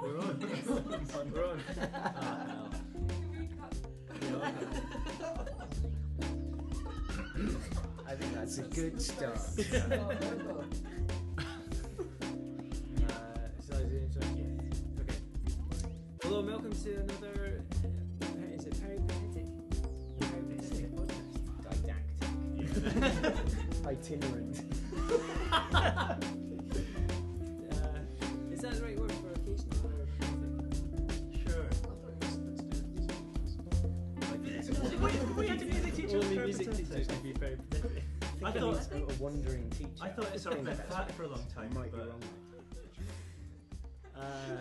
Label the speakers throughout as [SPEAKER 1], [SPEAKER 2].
[SPEAKER 1] We're on. We're on. I think that's a good start. Uh, shall I do intro? Yeah. Okay. Hello and welcome to another. uh, Is it peripatetic? Peripatetic podcast. Didactic.
[SPEAKER 2] Itinerant.
[SPEAKER 1] Uh, is that the right word for occasional? Peripatetic?
[SPEAKER 3] Sure.
[SPEAKER 1] we had to be the
[SPEAKER 3] teacher
[SPEAKER 1] Only
[SPEAKER 3] of
[SPEAKER 1] music teachers
[SPEAKER 3] peripatetic.
[SPEAKER 1] can be peripatetic.
[SPEAKER 3] I
[SPEAKER 2] I was
[SPEAKER 3] thought
[SPEAKER 2] a wandering teacher.
[SPEAKER 3] I thought it sort of been flat for a long
[SPEAKER 2] I
[SPEAKER 3] time,
[SPEAKER 2] might be
[SPEAKER 3] but
[SPEAKER 2] wrong.
[SPEAKER 1] Uh,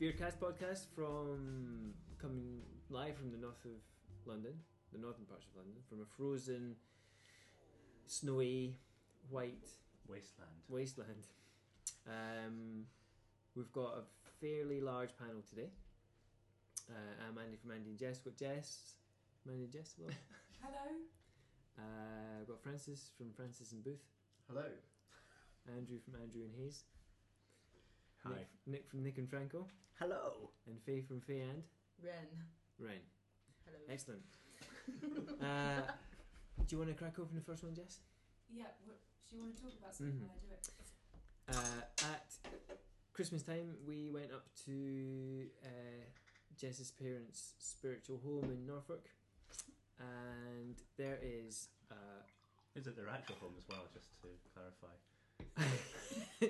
[SPEAKER 1] Beercast podcast from coming live from the north of London, the northern parts of London, from a frozen, snowy, white
[SPEAKER 3] wasteland.
[SPEAKER 1] wasteland. Um, we've got a fairly large panel today. Uh, I'm Andy from Andy and Jess. We've got Jess, Mandy and Jess. Hello.
[SPEAKER 4] Hello.
[SPEAKER 1] Uh, we've got Francis from Francis and Booth.
[SPEAKER 2] Hello.
[SPEAKER 1] Andrew from Andrew and Hayes.
[SPEAKER 3] Hi.
[SPEAKER 1] Nick, Nick from Nick and Franco.
[SPEAKER 2] Hello.
[SPEAKER 1] And Faye from Faye and
[SPEAKER 4] Ren.
[SPEAKER 1] Ryan.
[SPEAKER 4] Hello.
[SPEAKER 1] Excellent. uh, do you want to crack open the first one, Jess?
[SPEAKER 4] Yeah, what, do you want to talk about something
[SPEAKER 1] Mhm.
[SPEAKER 4] while I do it?
[SPEAKER 1] Uh, at Christmas time, we went up to uh, Jess's parents' spiritual home in Norfolk, and there is. Uh,
[SPEAKER 3] Is it their actual home as well? Just to clarify.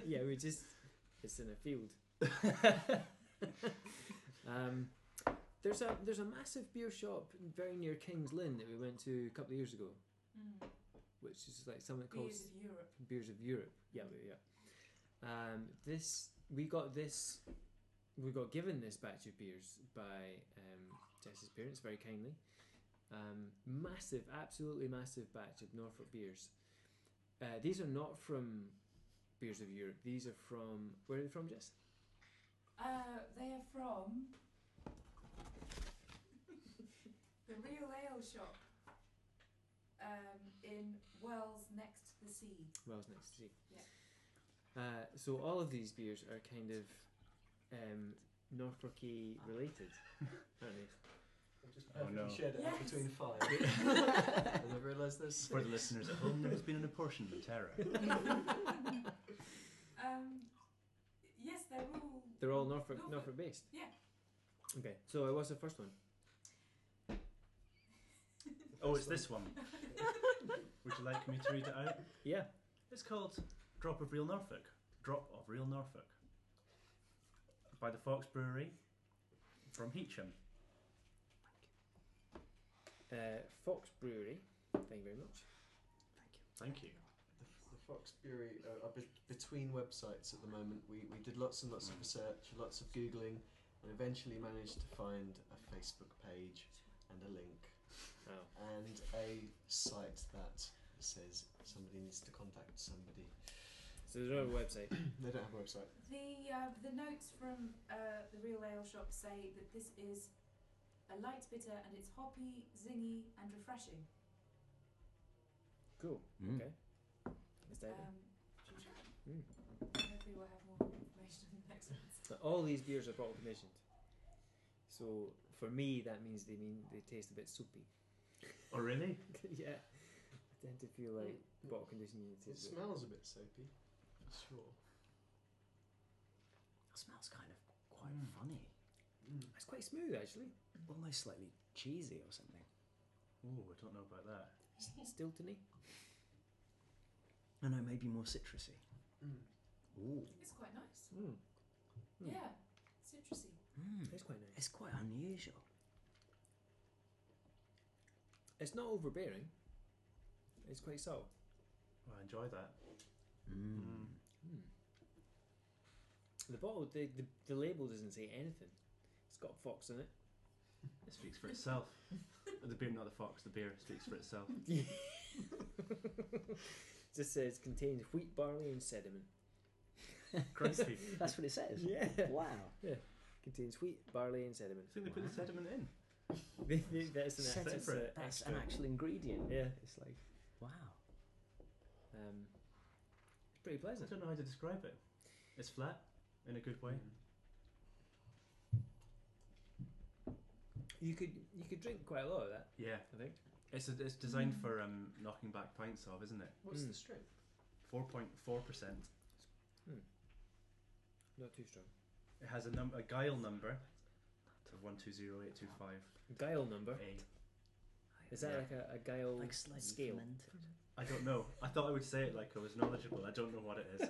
[SPEAKER 1] yeah, we just it's in a field. um, there's a there's a massive beer shop very near Kings Lynn that we went to a couple of years ago,
[SPEAKER 4] Mm.
[SPEAKER 1] which is like something called
[SPEAKER 4] Beers of Europe.
[SPEAKER 1] Beers of Europe. Yeah, yeah. yeah. Um, this we got this we got given this batch of beers by um, Jess's parents very kindly. Um, massive, absolutely massive batch of Norfolk beers. Uh, these are not from Beers of Europe. These are from where are they from, Jess?
[SPEAKER 4] Uh, they are from the Real Ale Shop um, in Wells, next to the sea.
[SPEAKER 1] Wells next to see.
[SPEAKER 4] Yeah.
[SPEAKER 1] Uh, so all of these beers are kind of um, Norfolky related, aren't they?
[SPEAKER 3] Oh, no.
[SPEAKER 4] it out Yes. between
[SPEAKER 2] five.
[SPEAKER 1] And
[SPEAKER 2] I realised this.
[SPEAKER 3] For the listeners at home, there's been an apportionment error.
[SPEAKER 4] Um, yes, they're all.
[SPEAKER 1] They're all Norfolk, Norfolk,
[SPEAKER 4] Norfolk.
[SPEAKER 1] based.
[SPEAKER 4] Yeah.
[SPEAKER 1] Okay, so what's the first one?
[SPEAKER 3] Oh, it's this one. Would you like me to read it out?
[SPEAKER 1] Yeah.
[SPEAKER 3] It's called Drop of Real Norfolk. Drop of Real Norfolk. By the Fox Brewery from Heacham.
[SPEAKER 1] Uh, Fox Brewery. Thank you very much.
[SPEAKER 3] Thank you.
[SPEAKER 2] The, the Foxbury uh, are be- between websites at the moment. We, we did lots and lots of research, lots of Googling, and eventually managed to find a Facebook page and a link
[SPEAKER 1] Oh.
[SPEAKER 2] and a site that says somebody needs to contact somebody.
[SPEAKER 1] So there's another website.
[SPEAKER 3] Mm-hmm.
[SPEAKER 2] They don't have a website.
[SPEAKER 4] The uh, the notes from uh, the Real Ale Shop say that this is a light bitter and it's hoppy, zingy, and refreshing.
[SPEAKER 1] Cool.
[SPEAKER 3] Mm.
[SPEAKER 1] Okay. Let's dive in.
[SPEAKER 4] Um, shall we try?
[SPEAKER 1] Mm.
[SPEAKER 5] Hmm.
[SPEAKER 4] Hopefully we'll have more information in the next ones.
[SPEAKER 1] Now, all these beers are bottle commissioned. So for me, that means they mean they taste a bit soupy.
[SPEAKER 3] Oh, really?
[SPEAKER 1] yeah. I tend to feel like bottle conditioning. It,
[SPEAKER 2] It
[SPEAKER 1] tastes a bit-
[SPEAKER 2] smells a bit soapy. Sure.
[SPEAKER 5] It smells kind of quite
[SPEAKER 3] Mm.
[SPEAKER 5] funny,
[SPEAKER 2] Mm.
[SPEAKER 1] It's quite smooth actually.
[SPEAKER 5] almost slightly cheesy or something.
[SPEAKER 3] Oh, I don't know about that.
[SPEAKER 1] Still to me.
[SPEAKER 5] No, no, maybe more citrusy.
[SPEAKER 2] Mm.
[SPEAKER 5] Ooh,
[SPEAKER 4] It's quite nice.
[SPEAKER 1] Mm. Mm.
[SPEAKER 5] Hmm.
[SPEAKER 4] Yeah, citrusy.
[SPEAKER 5] mm.
[SPEAKER 1] It's quite nice.
[SPEAKER 5] it's quite unusual.
[SPEAKER 1] It's not overbearing. It's quite subtle.
[SPEAKER 3] Well, I enjoy that.
[SPEAKER 5] Mm.
[SPEAKER 1] Hmm. The bottle, the, the, the label doesn't say anything. It's got fox in it.
[SPEAKER 3] It speaks for itself. the beer, not the fox, the beer speaks for itself.
[SPEAKER 1] just says contains wheat, barley, and sediment.
[SPEAKER 3] Crusty.
[SPEAKER 5] That's what it says.
[SPEAKER 1] Yeah.
[SPEAKER 5] Wow.
[SPEAKER 1] Contains wheat, barley, and sediment.
[SPEAKER 3] I think they put the sediment in.
[SPEAKER 1] That's an
[SPEAKER 5] Sediment,
[SPEAKER 1] extra.
[SPEAKER 3] Separate.
[SPEAKER 1] That's,
[SPEAKER 5] That's
[SPEAKER 1] extra.
[SPEAKER 5] an actual ingredient.
[SPEAKER 1] Yeah.
[SPEAKER 5] It's like, wow.
[SPEAKER 1] Um, pretty
[SPEAKER 3] I
[SPEAKER 1] pleasant.
[SPEAKER 3] don't know how to describe it. It's flat in a good way.
[SPEAKER 1] You could you could drink quite a lot of that,
[SPEAKER 3] Yeah,
[SPEAKER 1] I think.
[SPEAKER 3] it's a, it's designed for um, knocking back pints of, isn't it?
[SPEAKER 2] What's
[SPEAKER 1] Mm.
[SPEAKER 2] the strength?
[SPEAKER 3] Four point four percent.
[SPEAKER 1] Not too strong.
[SPEAKER 3] It has a num a guile number of one two zero eight two five
[SPEAKER 1] Guile number.
[SPEAKER 3] A.
[SPEAKER 1] Is that
[SPEAKER 3] Yeah.
[SPEAKER 1] like a, a guile
[SPEAKER 5] like slightly
[SPEAKER 1] scale?
[SPEAKER 5] fermented.
[SPEAKER 3] I don't know. I thought I would say it like I was knowledgeable. I don't know what it is.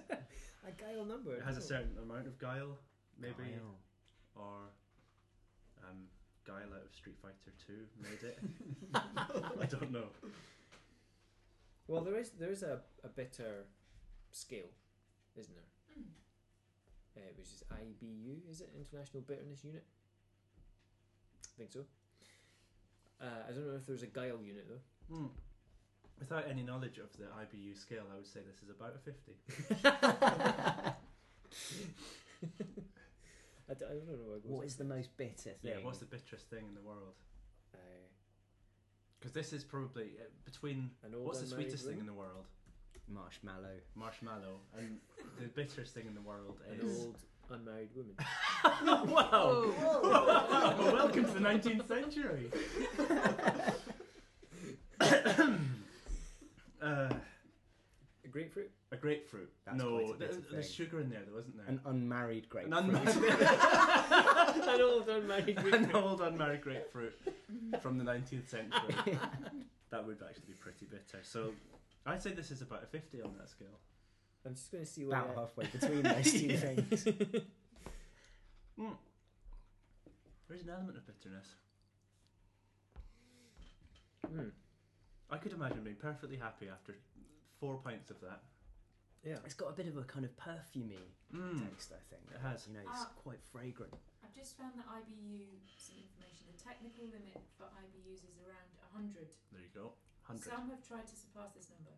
[SPEAKER 1] A guile number.
[SPEAKER 3] It has a
[SPEAKER 1] no.
[SPEAKER 3] certain amount of guile, maybe,
[SPEAKER 5] Guile.
[SPEAKER 3] or um, guile out of Street Fighter Two made it. I don't know.
[SPEAKER 1] Well, there is there is a, a bitter scale, isn't there?
[SPEAKER 5] Hmm.
[SPEAKER 4] Mm.
[SPEAKER 1] Uh, which is IBU, is it International Bitterness Unit? I think so. Uh, I don't know if there's a guile unit though.
[SPEAKER 3] Hmm. Without any knowledge of the IBU scale, I would say this is about a fifty.
[SPEAKER 1] I, d- I don't know what,
[SPEAKER 5] What is the most bitter thing?
[SPEAKER 3] Yeah, what's the bitterest thing in the world?
[SPEAKER 1] Uh,
[SPEAKER 3] Because this is probably uh, between
[SPEAKER 1] an old
[SPEAKER 3] what's the
[SPEAKER 1] unmarried
[SPEAKER 3] sweetest thing in
[SPEAKER 1] woman?
[SPEAKER 3] the world,
[SPEAKER 5] Marshmallow.
[SPEAKER 3] marshmallow, and the bitterest thing in the world
[SPEAKER 1] An
[SPEAKER 3] is.
[SPEAKER 1] old unmarried woman.
[SPEAKER 5] Oh,
[SPEAKER 3] wow!
[SPEAKER 1] Oh.
[SPEAKER 4] Whoa.
[SPEAKER 3] Welcome to the 19th century. uh,
[SPEAKER 1] A grapefruit?
[SPEAKER 3] a grapefruit.
[SPEAKER 5] That's
[SPEAKER 3] no,
[SPEAKER 5] quite a
[SPEAKER 3] there-
[SPEAKER 5] bitter
[SPEAKER 3] there's
[SPEAKER 5] thing.
[SPEAKER 3] sugar in there, though, isn't there?
[SPEAKER 5] An unmarried
[SPEAKER 3] An
[SPEAKER 5] grapefruit.
[SPEAKER 3] unmarried-
[SPEAKER 1] an old unmarried
[SPEAKER 3] An
[SPEAKER 1] grapefruit.
[SPEAKER 3] old unmarried grapefruit from the 19th century. that would actually be pretty bitter. So I'd say this is about a 50 on that scale.
[SPEAKER 1] I'm just going to see what.
[SPEAKER 5] About halfway between those two
[SPEAKER 3] Yeah.
[SPEAKER 5] things.
[SPEAKER 3] There is an element of bitterness.
[SPEAKER 1] Mm,
[SPEAKER 3] I could imagine being perfectly happy after four pints of that.
[SPEAKER 1] yeah.
[SPEAKER 5] It's got a bit of a kind of perfumey
[SPEAKER 3] Mm.
[SPEAKER 5] taste, I think.
[SPEAKER 3] It has.
[SPEAKER 5] You know, it's
[SPEAKER 4] Ah.
[SPEAKER 5] quite fragrant.
[SPEAKER 4] I've just found the IBU some information. The technical limit for IBUs is around 100.
[SPEAKER 3] There you go. 100.
[SPEAKER 4] Some have tried to surpass this number,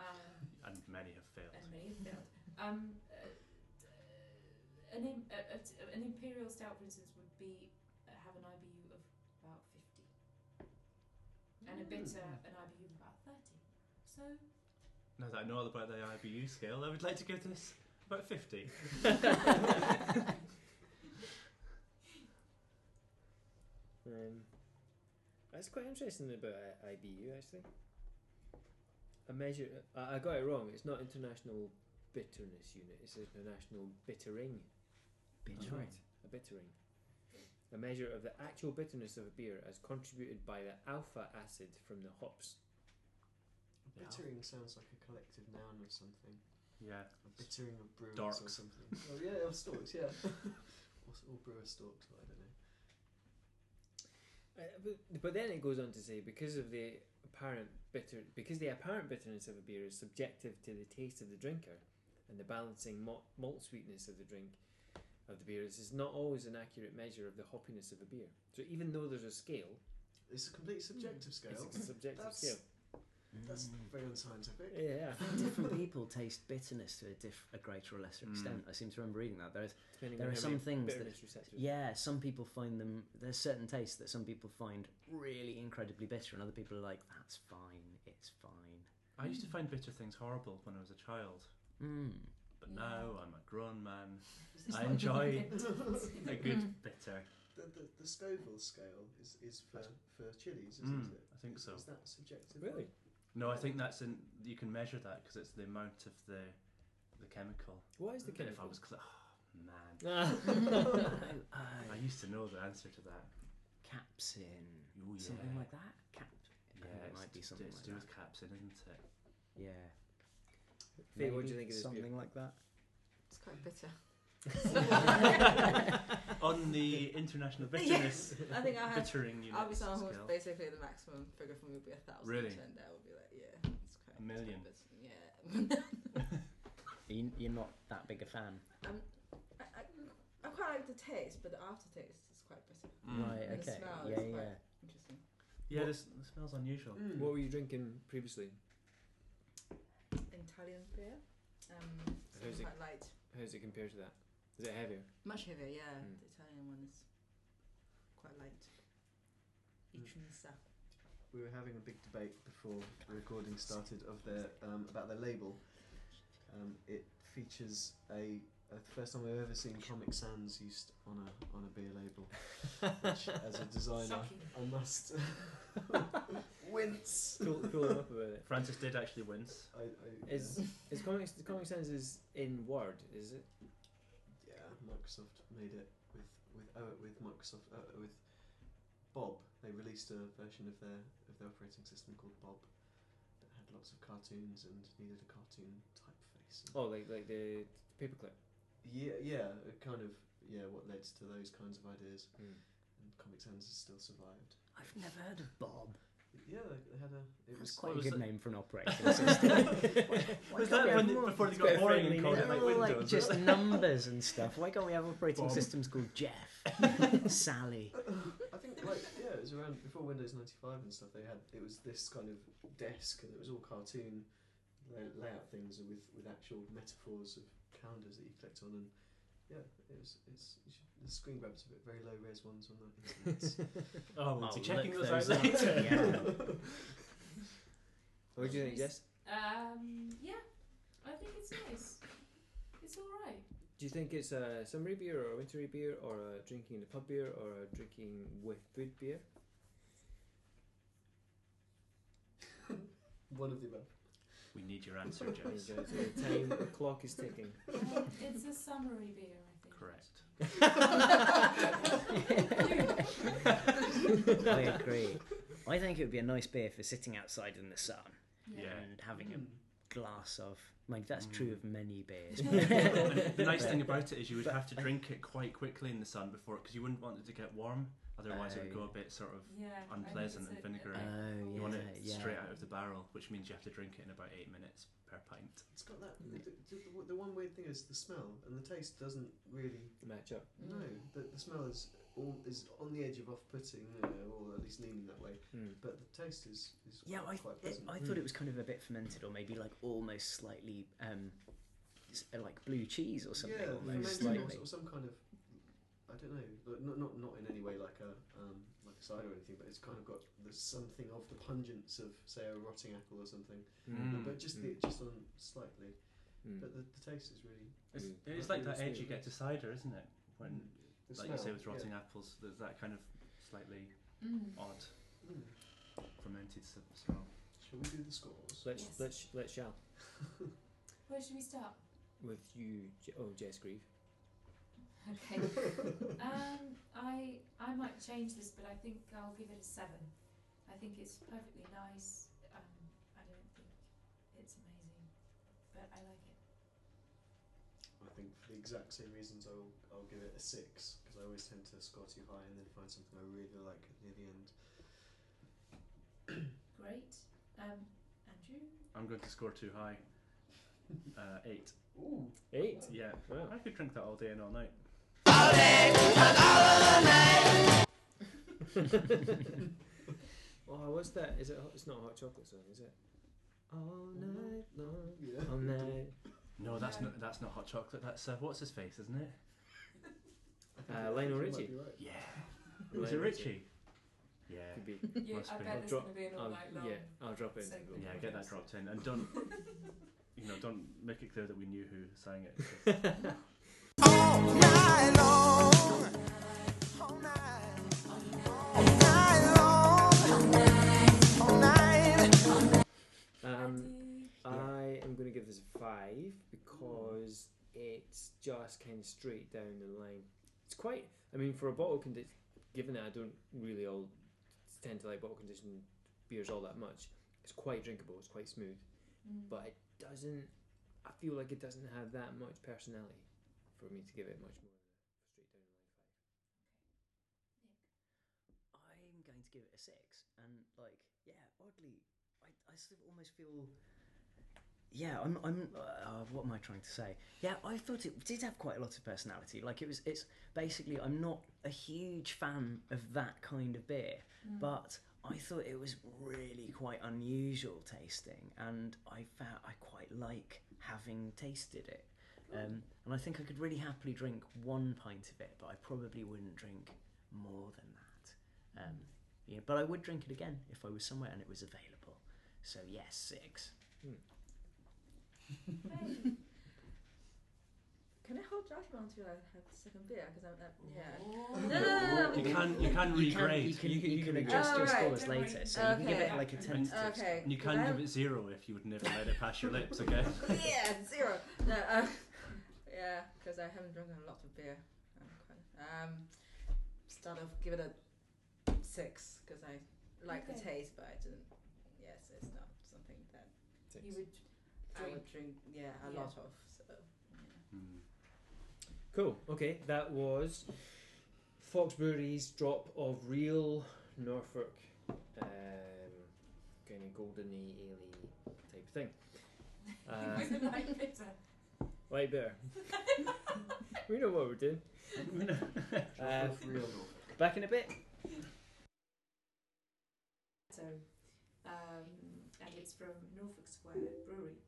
[SPEAKER 4] um,
[SPEAKER 3] And many have failed.
[SPEAKER 4] and many have failed. Um, uh, an, im- uh, uh, an imperial stout, for instance, would be uh, have an IBU of about 50, and a
[SPEAKER 6] Mm.
[SPEAKER 4] bitter an IBU of about 30. So
[SPEAKER 3] Now that I know all about the IBU scale, I would like to give this about 50.
[SPEAKER 1] Um, that's quite interesting about uh, I- IBU actually. I measure. I, I got it wrong. It's not International Bitterness Unit. It's International Bittering.
[SPEAKER 5] Bitter.
[SPEAKER 1] A bittering. A measure of the actual bitterness of a beer as contributed by the alpha acid from the hops.
[SPEAKER 2] Bittering sounds like a collective noun of something.
[SPEAKER 3] Yeah.
[SPEAKER 2] A bittering of brewers or
[SPEAKER 3] Dorks.
[SPEAKER 2] something. oh yeah, of stalks, yeah. or, s- or brewer stalks, but I don't
[SPEAKER 1] Uh,
[SPEAKER 2] know.
[SPEAKER 1] but, but then it goes on to say because of the apparent bitter because the apparent bitterness of a beer is subjective to the taste of the drinker and the balancing malt, malt sweetness of the drink of the beer this is not always an accurate measure of the hoppiness of a beer so even though there's a scale
[SPEAKER 2] It's a complete subjective scale.
[SPEAKER 1] it's a subjective
[SPEAKER 2] That's-
[SPEAKER 1] scale
[SPEAKER 2] That's
[SPEAKER 5] Mm.
[SPEAKER 2] very unscientific.
[SPEAKER 1] yeah
[SPEAKER 5] Different people taste bitterness to a, diff- a greater or lesser
[SPEAKER 3] Mm.
[SPEAKER 5] extent. I seem to remember reading that. There is,
[SPEAKER 1] depending
[SPEAKER 5] there
[SPEAKER 1] on
[SPEAKER 5] are
[SPEAKER 1] how
[SPEAKER 5] some
[SPEAKER 1] many
[SPEAKER 5] things that
[SPEAKER 1] bitterness receptors
[SPEAKER 5] Yeah, some people find them. There's certain tastes that some people find really incredibly bitter, and other people are like, "That's fine, it's fine."
[SPEAKER 3] I used to find bitter things horrible when I was a child,
[SPEAKER 5] Mm.
[SPEAKER 3] but
[SPEAKER 4] Yeah.
[SPEAKER 3] now I'm a grown man.
[SPEAKER 2] Is this
[SPEAKER 3] I
[SPEAKER 2] like
[SPEAKER 3] enjoy
[SPEAKER 2] the,
[SPEAKER 3] a
[SPEAKER 4] Hmm.
[SPEAKER 3] good bitter.
[SPEAKER 2] the, the Scoville scale is, is for, for chilies, isn't
[SPEAKER 3] Mm,
[SPEAKER 2] it?
[SPEAKER 3] I think so.
[SPEAKER 2] Is that subjective?
[SPEAKER 1] really
[SPEAKER 3] No, I think that's in. You can measure that because it's the amount of the the chemical.
[SPEAKER 1] what is the
[SPEAKER 3] And if I
[SPEAKER 1] chemical?
[SPEAKER 3] was cl- oh, man,
[SPEAKER 5] oh,
[SPEAKER 1] Ah.
[SPEAKER 3] I
[SPEAKER 5] uh,
[SPEAKER 3] used to know the answer to that.
[SPEAKER 5] capsin,
[SPEAKER 3] Oh,
[SPEAKER 5] something
[SPEAKER 3] yeah.
[SPEAKER 5] like that. Cap. I think
[SPEAKER 3] Yeah,
[SPEAKER 5] it
[SPEAKER 3] it's
[SPEAKER 5] might be
[SPEAKER 3] to-
[SPEAKER 5] something
[SPEAKER 3] it's
[SPEAKER 5] like
[SPEAKER 3] to do
[SPEAKER 5] that.
[SPEAKER 3] with capsin, isn't it?
[SPEAKER 5] Yeah.
[SPEAKER 1] Faye, what do you think
[SPEAKER 5] Maybe
[SPEAKER 1] of this
[SPEAKER 5] Something
[SPEAKER 1] beer?
[SPEAKER 5] like that.
[SPEAKER 6] It's quite bitter.
[SPEAKER 3] On the international bitterness,
[SPEAKER 6] I think I had.
[SPEAKER 3] bittering unit
[SPEAKER 6] I was on
[SPEAKER 3] scale.
[SPEAKER 6] basically the maximum figure for me would be a thousand.
[SPEAKER 3] Really?
[SPEAKER 6] And I would be like, yeah, it's quite
[SPEAKER 3] A million.
[SPEAKER 6] it's quite bitter. Yeah.
[SPEAKER 5] Are You, you're not that big a fan,
[SPEAKER 6] I, I, I quite like the taste, but the aftertaste is quite bitter.
[SPEAKER 3] Mm.
[SPEAKER 5] right?
[SPEAKER 6] And the
[SPEAKER 5] Okay.
[SPEAKER 6] smell
[SPEAKER 5] yeah,
[SPEAKER 6] is
[SPEAKER 5] yeah.
[SPEAKER 6] quite- Interesting.
[SPEAKER 3] Yeah,
[SPEAKER 1] What-
[SPEAKER 3] this, this smells unusual.
[SPEAKER 2] Mm.
[SPEAKER 1] what were you drinking previously
[SPEAKER 6] Italian beer. Um, so
[SPEAKER 1] Who's it-
[SPEAKER 6] quite light.
[SPEAKER 1] how does it compare to that Is it heavier?
[SPEAKER 6] Much heavier, yeah.
[SPEAKER 5] Hmm.
[SPEAKER 1] Mm.
[SPEAKER 6] The Italian one is quite light.
[SPEAKER 2] Mm.
[SPEAKER 5] Hmm.
[SPEAKER 6] Itchinsa.
[SPEAKER 2] We were having a big debate before the recording started of their um, about their label. Um, it features a, a the first time I've ever seen Comic Sans used on a on a beer label, which as a designer
[SPEAKER 4] Sucky.
[SPEAKER 2] I must wince.
[SPEAKER 1] Cool, cool them up about it.
[SPEAKER 3] Francis did actually wince.
[SPEAKER 2] I, I,
[SPEAKER 1] Is is comic the comic sense is in Word? Is it?
[SPEAKER 2] yeah, yeah, Microsoft made it with with oh, with Microsoft uh, with Bob. They released a version of their of their operating system called Bob that had lots of cartoons and needed a cartoon typeface. and-
[SPEAKER 1] Oh, like like the paperclip.
[SPEAKER 2] Yeah, yeah, it kind of yeah. What led to those kinds of ideas?
[SPEAKER 1] Mm.
[SPEAKER 2] And Comic Sans has still survived.
[SPEAKER 5] I've never heard of Bob.
[SPEAKER 2] Yeah, they, they had a. It
[SPEAKER 5] That's
[SPEAKER 2] was
[SPEAKER 5] quite a
[SPEAKER 3] was
[SPEAKER 5] good
[SPEAKER 3] it?
[SPEAKER 5] name for an operating system. Why
[SPEAKER 3] Was that when
[SPEAKER 5] can't we have
[SPEAKER 3] they-
[SPEAKER 5] more-
[SPEAKER 3] before they
[SPEAKER 5] It's
[SPEAKER 3] got
[SPEAKER 5] a bit
[SPEAKER 3] boring
[SPEAKER 5] friendly
[SPEAKER 3] and called it
[SPEAKER 5] name.
[SPEAKER 3] like
[SPEAKER 5] They're all,
[SPEAKER 3] Windows,
[SPEAKER 5] just
[SPEAKER 3] isn't
[SPEAKER 5] numbers and stuff. Why can't we have operating
[SPEAKER 3] Bob.
[SPEAKER 5] systems called Jeff, Sally?
[SPEAKER 2] I think like yeah, it was around before Windows ninety five and stuff. They had it was this kind of desk and it was all cartoon lay- layout things with with actual metaphors of calendars that you clicked on and yeah, it was it's you should, the screen grabs a bit very low res ones on that. internet.
[SPEAKER 3] Oh,
[SPEAKER 5] I'll
[SPEAKER 3] we'll be checking
[SPEAKER 5] look
[SPEAKER 3] those out
[SPEAKER 5] those up.
[SPEAKER 3] later.
[SPEAKER 5] Yeah.
[SPEAKER 1] What do you think, Jess?
[SPEAKER 4] Um, yeah, I think it's nice. It's all right.
[SPEAKER 1] Do you think it's a summery beer or a wintry beer or a drinking in a pub beer or a drinking with food beer?
[SPEAKER 2] One of the above.
[SPEAKER 3] We need your answer, Jess.
[SPEAKER 1] uh, So the time the clock is ticking.
[SPEAKER 4] Uh, it's a summery beer, I think.
[SPEAKER 3] Correct.
[SPEAKER 5] I agree. I think it would be a nice beer for sitting outside in the sun
[SPEAKER 3] Yeah.
[SPEAKER 5] and having a glass of. I mean, that's true
[SPEAKER 3] Mm.
[SPEAKER 5] of many beers.
[SPEAKER 3] And the nice
[SPEAKER 5] But-
[SPEAKER 3] thing about it is you would
[SPEAKER 5] but-
[SPEAKER 3] have to drink it quite quickly in the sun before, because you wouldn't want it to get warm. Otherwise, it would
[SPEAKER 5] Oh,
[SPEAKER 3] go a bit sort of.
[SPEAKER 4] Yeah. I think
[SPEAKER 3] Unpleasant
[SPEAKER 4] it's
[SPEAKER 3] and
[SPEAKER 4] a-
[SPEAKER 3] vinegary.
[SPEAKER 4] a-
[SPEAKER 5] Oh,
[SPEAKER 4] a-
[SPEAKER 5] yeah.
[SPEAKER 3] You want it
[SPEAKER 5] yeah.
[SPEAKER 3] straight out of the barrel, which means you have to drink it in about eight minutes per pint.
[SPEAKER 2] It's got that. The, the, the- the one weird thing is the smell and the taste doesn't really.
[SPEAKER 1] Match up.
[SPEAKER 2] No, the, the smell is all is on the edge of off-putting, uh, or at least leaning that way.
[SPEAKER 1] Hmm.
[SPEAKER 2] But the taste is is
[SPEAKER 5] Yeah, I,
[SPEAKER 2] quite, quite
[SPEAKER 5] it,
[SPEAKER 2] pleasant.
[SPEAKER 5] I
[SPEAKER 1] Mm.
[SPEAKER 5] thought it was kind of a bit fermented, or maybe like almost slightly um, s- like blue cheese or something.
[SPEAKER 2] yeah,
[SPEAKER 5] almost
[SPEAKER 2] fermented or
[SPEAKER 5] slightly.
[SPEAKER 2] s- or some kind of. I don't know, but not, not not in any way like a um, like a cider or anything, but it's kind of got the something of the pungence of say a rotting apple or something,
[SPEAKER 3] Mm.
[SPEAKER 2] but just the, just on slightly.
[SPEAKER 3] Hmm.
[SPEAKER 2] But the, the taste is really
[SPEAKER 3] It's,
[SPEAKER 1] Mm.
[SPEAKER 3] it's
[SPEAKER 2] I think
[SPEAKER 3] like that
[SPEAKER 2] it's
[SPEAKER 3] edge
[SPEAKER 2] really
[SPEAKER 3] you get to cider, isn't it? When,
[SPEAKER 2] the
[SPEAKER 3] like you say,
[SPEAKER 2] smell,
[SPEAKER 3] with rotting apples, there's that kind of slightly
[SPEAKER 4] Mm.
[SPEAKER 3] odd
[SPEAKER 2] Yeah. Mm.
[SPEAKER 3] fermented s- smell.
[SPEAKER 2] Shall we do the scores?
[SPEAKER 1] Let's
[SPEAKER 4] Yes.
[SPEAKER 1] let's let's shall
[SPEAKER 4] Where should we start?
[SPEAKER 1] with you. Je- oh, Jess Grieve.
[SPEAKER 4] Okay. um, I I might change this, but I think I'll give it a seven. I think it's perfectly nice. Um, I don't think it's amazing, but I like it.
[SPEAKER 2] I think for the exact same reasons, I'll I'll give it a six because I always tend to score too high and then find something I really like near the end.
[SPEAKER 4] Great. Um, Andrew.
[SPEAKER 3] I'm going to score too high. Uh, eight.
[SPEAKER 2] Ooh,
[SPEAKER 1] Eight.
[SPEAKER 3] Yeah.
[SPEAKER 1] Wow.
[SPEAKER 3] I could drink that all day and all night.
[SPEAKER 1] Oh, what's that? Is it? hot- It's not a hot chocolate song, is it? All night long,
[SPEAKER 2] yeah.
[SPEAKER 1] all night.
[SPEAKER 3] No, that's
[SPEAKER 4] Yeah.
[SPEAKER 3] not that's not hot chocolate. That's uh, what's his face, isn't it?
[SPEAKER 2] I think
[SPEAKER 1] Uh,
[SPEAKER 2] you- I think
[SPEAKER 1] Lionel
[SPEAKER 2] you might
[SPEAKER 1] Richie.
[SPEAKER 2] be right.
[SPEAKER 3] Yeah.
[SPEAKER 1] Lionel
[SPEAKER 3] Is it
[SPEAKER 1] Richie.
[SPEAKER 3] Richie? Yeah.
[SPEAKER 1] Could be.
[SPEAKER 4] You,
[SPEAKER 3] Must
[SPEAKER 4] I
[SPEAKER 3] be.
[SPEAKER 4] bet there's
[SPEAKER 1] Drop-
[SPEAKER 4] going to be an all
[SPEAKER 1] I'll,
[SPEAKER 4] night long.
[SPEAKER 1] yeah, I'll drop it.
[SPEAKER 4] segment.
[SPEAKER 3] Yeah. Get that dropped in, and don't you know? Don't make it clear that we knew who sang it.
[SPEAKER 1] Um,
[SPEAKER 4] Andy.
[SPEAKER 1] I am going to give this a five because it's just kind of straight down the line. It's quite. I mean, for a bottle condition, given that I don't really all tend to like bottle conditioned beers all that much, it's quite drinkable. It's quite smooth,
[SPEAKER 4] Mm.
[SPEAKER 1] but it doesn't. I feel like it doesn't have that much personality for me to give it much more straight down the line five.
[SPEAKER 5] I'm going to give it a six, and like, yeah, oddly, I, I sort of almost feel. Yeah, I'm. I'm. Uh, what am I trying to say? Yeah, I thought it did have quite a lot of personality. Like it was. It's basically. I'm not a huge fan of that kind of beer,
[SPEAKER 4] Mm.
[SPEAKER 5] but I thought it was really quite unusual tasting, and I found I quite like having tasted it. Um, and I think I could really happily drink one pint of it, but I probably wouldn't drink more than that. Um, yeah, but I would drink it again if I was somewhere and it was available. So yes, six.
[SPEAKER 4] Hey.
[SPEAKER 6] Can I hold judgment until I have the second beer? Because I'm, uh, yeah.
[SPEAKER 4] Oh.
[SPEAKER 6] No, no, no,
[SPEAKER 3] You
[SPEAKER 6] no, no.
[SPEAKER 3] can you can
[SPEAKER 5] You can, you
[SPEAKER 3] regrade.
[SPEAKER 5] can,
[SPEAKER 1] You
[SPEAKER 5] you
[SPEAKER 1] can-
[SPEAKER 5] can,
[SPEAKER 1] you can
[SPEAKER 5] adjust
[SPEAKER 6] regrade. Oh,
[SPEAKER 5] your
[SPEAKER 6] right,
[SPEAKER 5] scores
[SPEAKER 4] don't worry.
[SPEAKER 5] later, so you can give it
[SPEAKER 6] Okay.
[SPEAKER 5] like a
[SPEAKER 3] And-
[SPEAKER 5] tentative.
[SPEAKER 6] Okay.
[SPEAKER 3] And you
[SPEAKER 6] could
[SPEAKER 3] can
[SPEAKER 6] I
[SPEAKER 3] give it zero if you would never let it pass your lips again.
[SPEAKER 6] yeah, zero. No, uh, yeah, because I haven't drunk a lot of beer. I'm quite, um, start off, give it a six because I like the
[SPEAKER 4] Okay.
[SPEAKER 6] taste, but I didn't. Yes, it's not something that
[SPEAKER 4] You would
[SPEAKER 6] I
[SPEAKER 4] drink.
[SPEAKER 6] would drink. Yeah, a
[SPEAKER 4] Yeah.
[SPEAKER 6] lot of. So.
[SPEAKER 3] Hmm.
[SPEAKER 1] Cool. Okay, that was Fox Brewery's drop of real Norfolk, um, kind of goldeny ale type thing. Uh,
[SPEAKER 4] It was a light bitter.
[SPEAKER 1] light beer. we know what we're doing. Uh,
[SPEAKER 2] Drop off real Norfolk.
[SPEAKER 1] back in a bit.
[SPEAKER 4] So, um, and it's from Norfolk Square Brewery.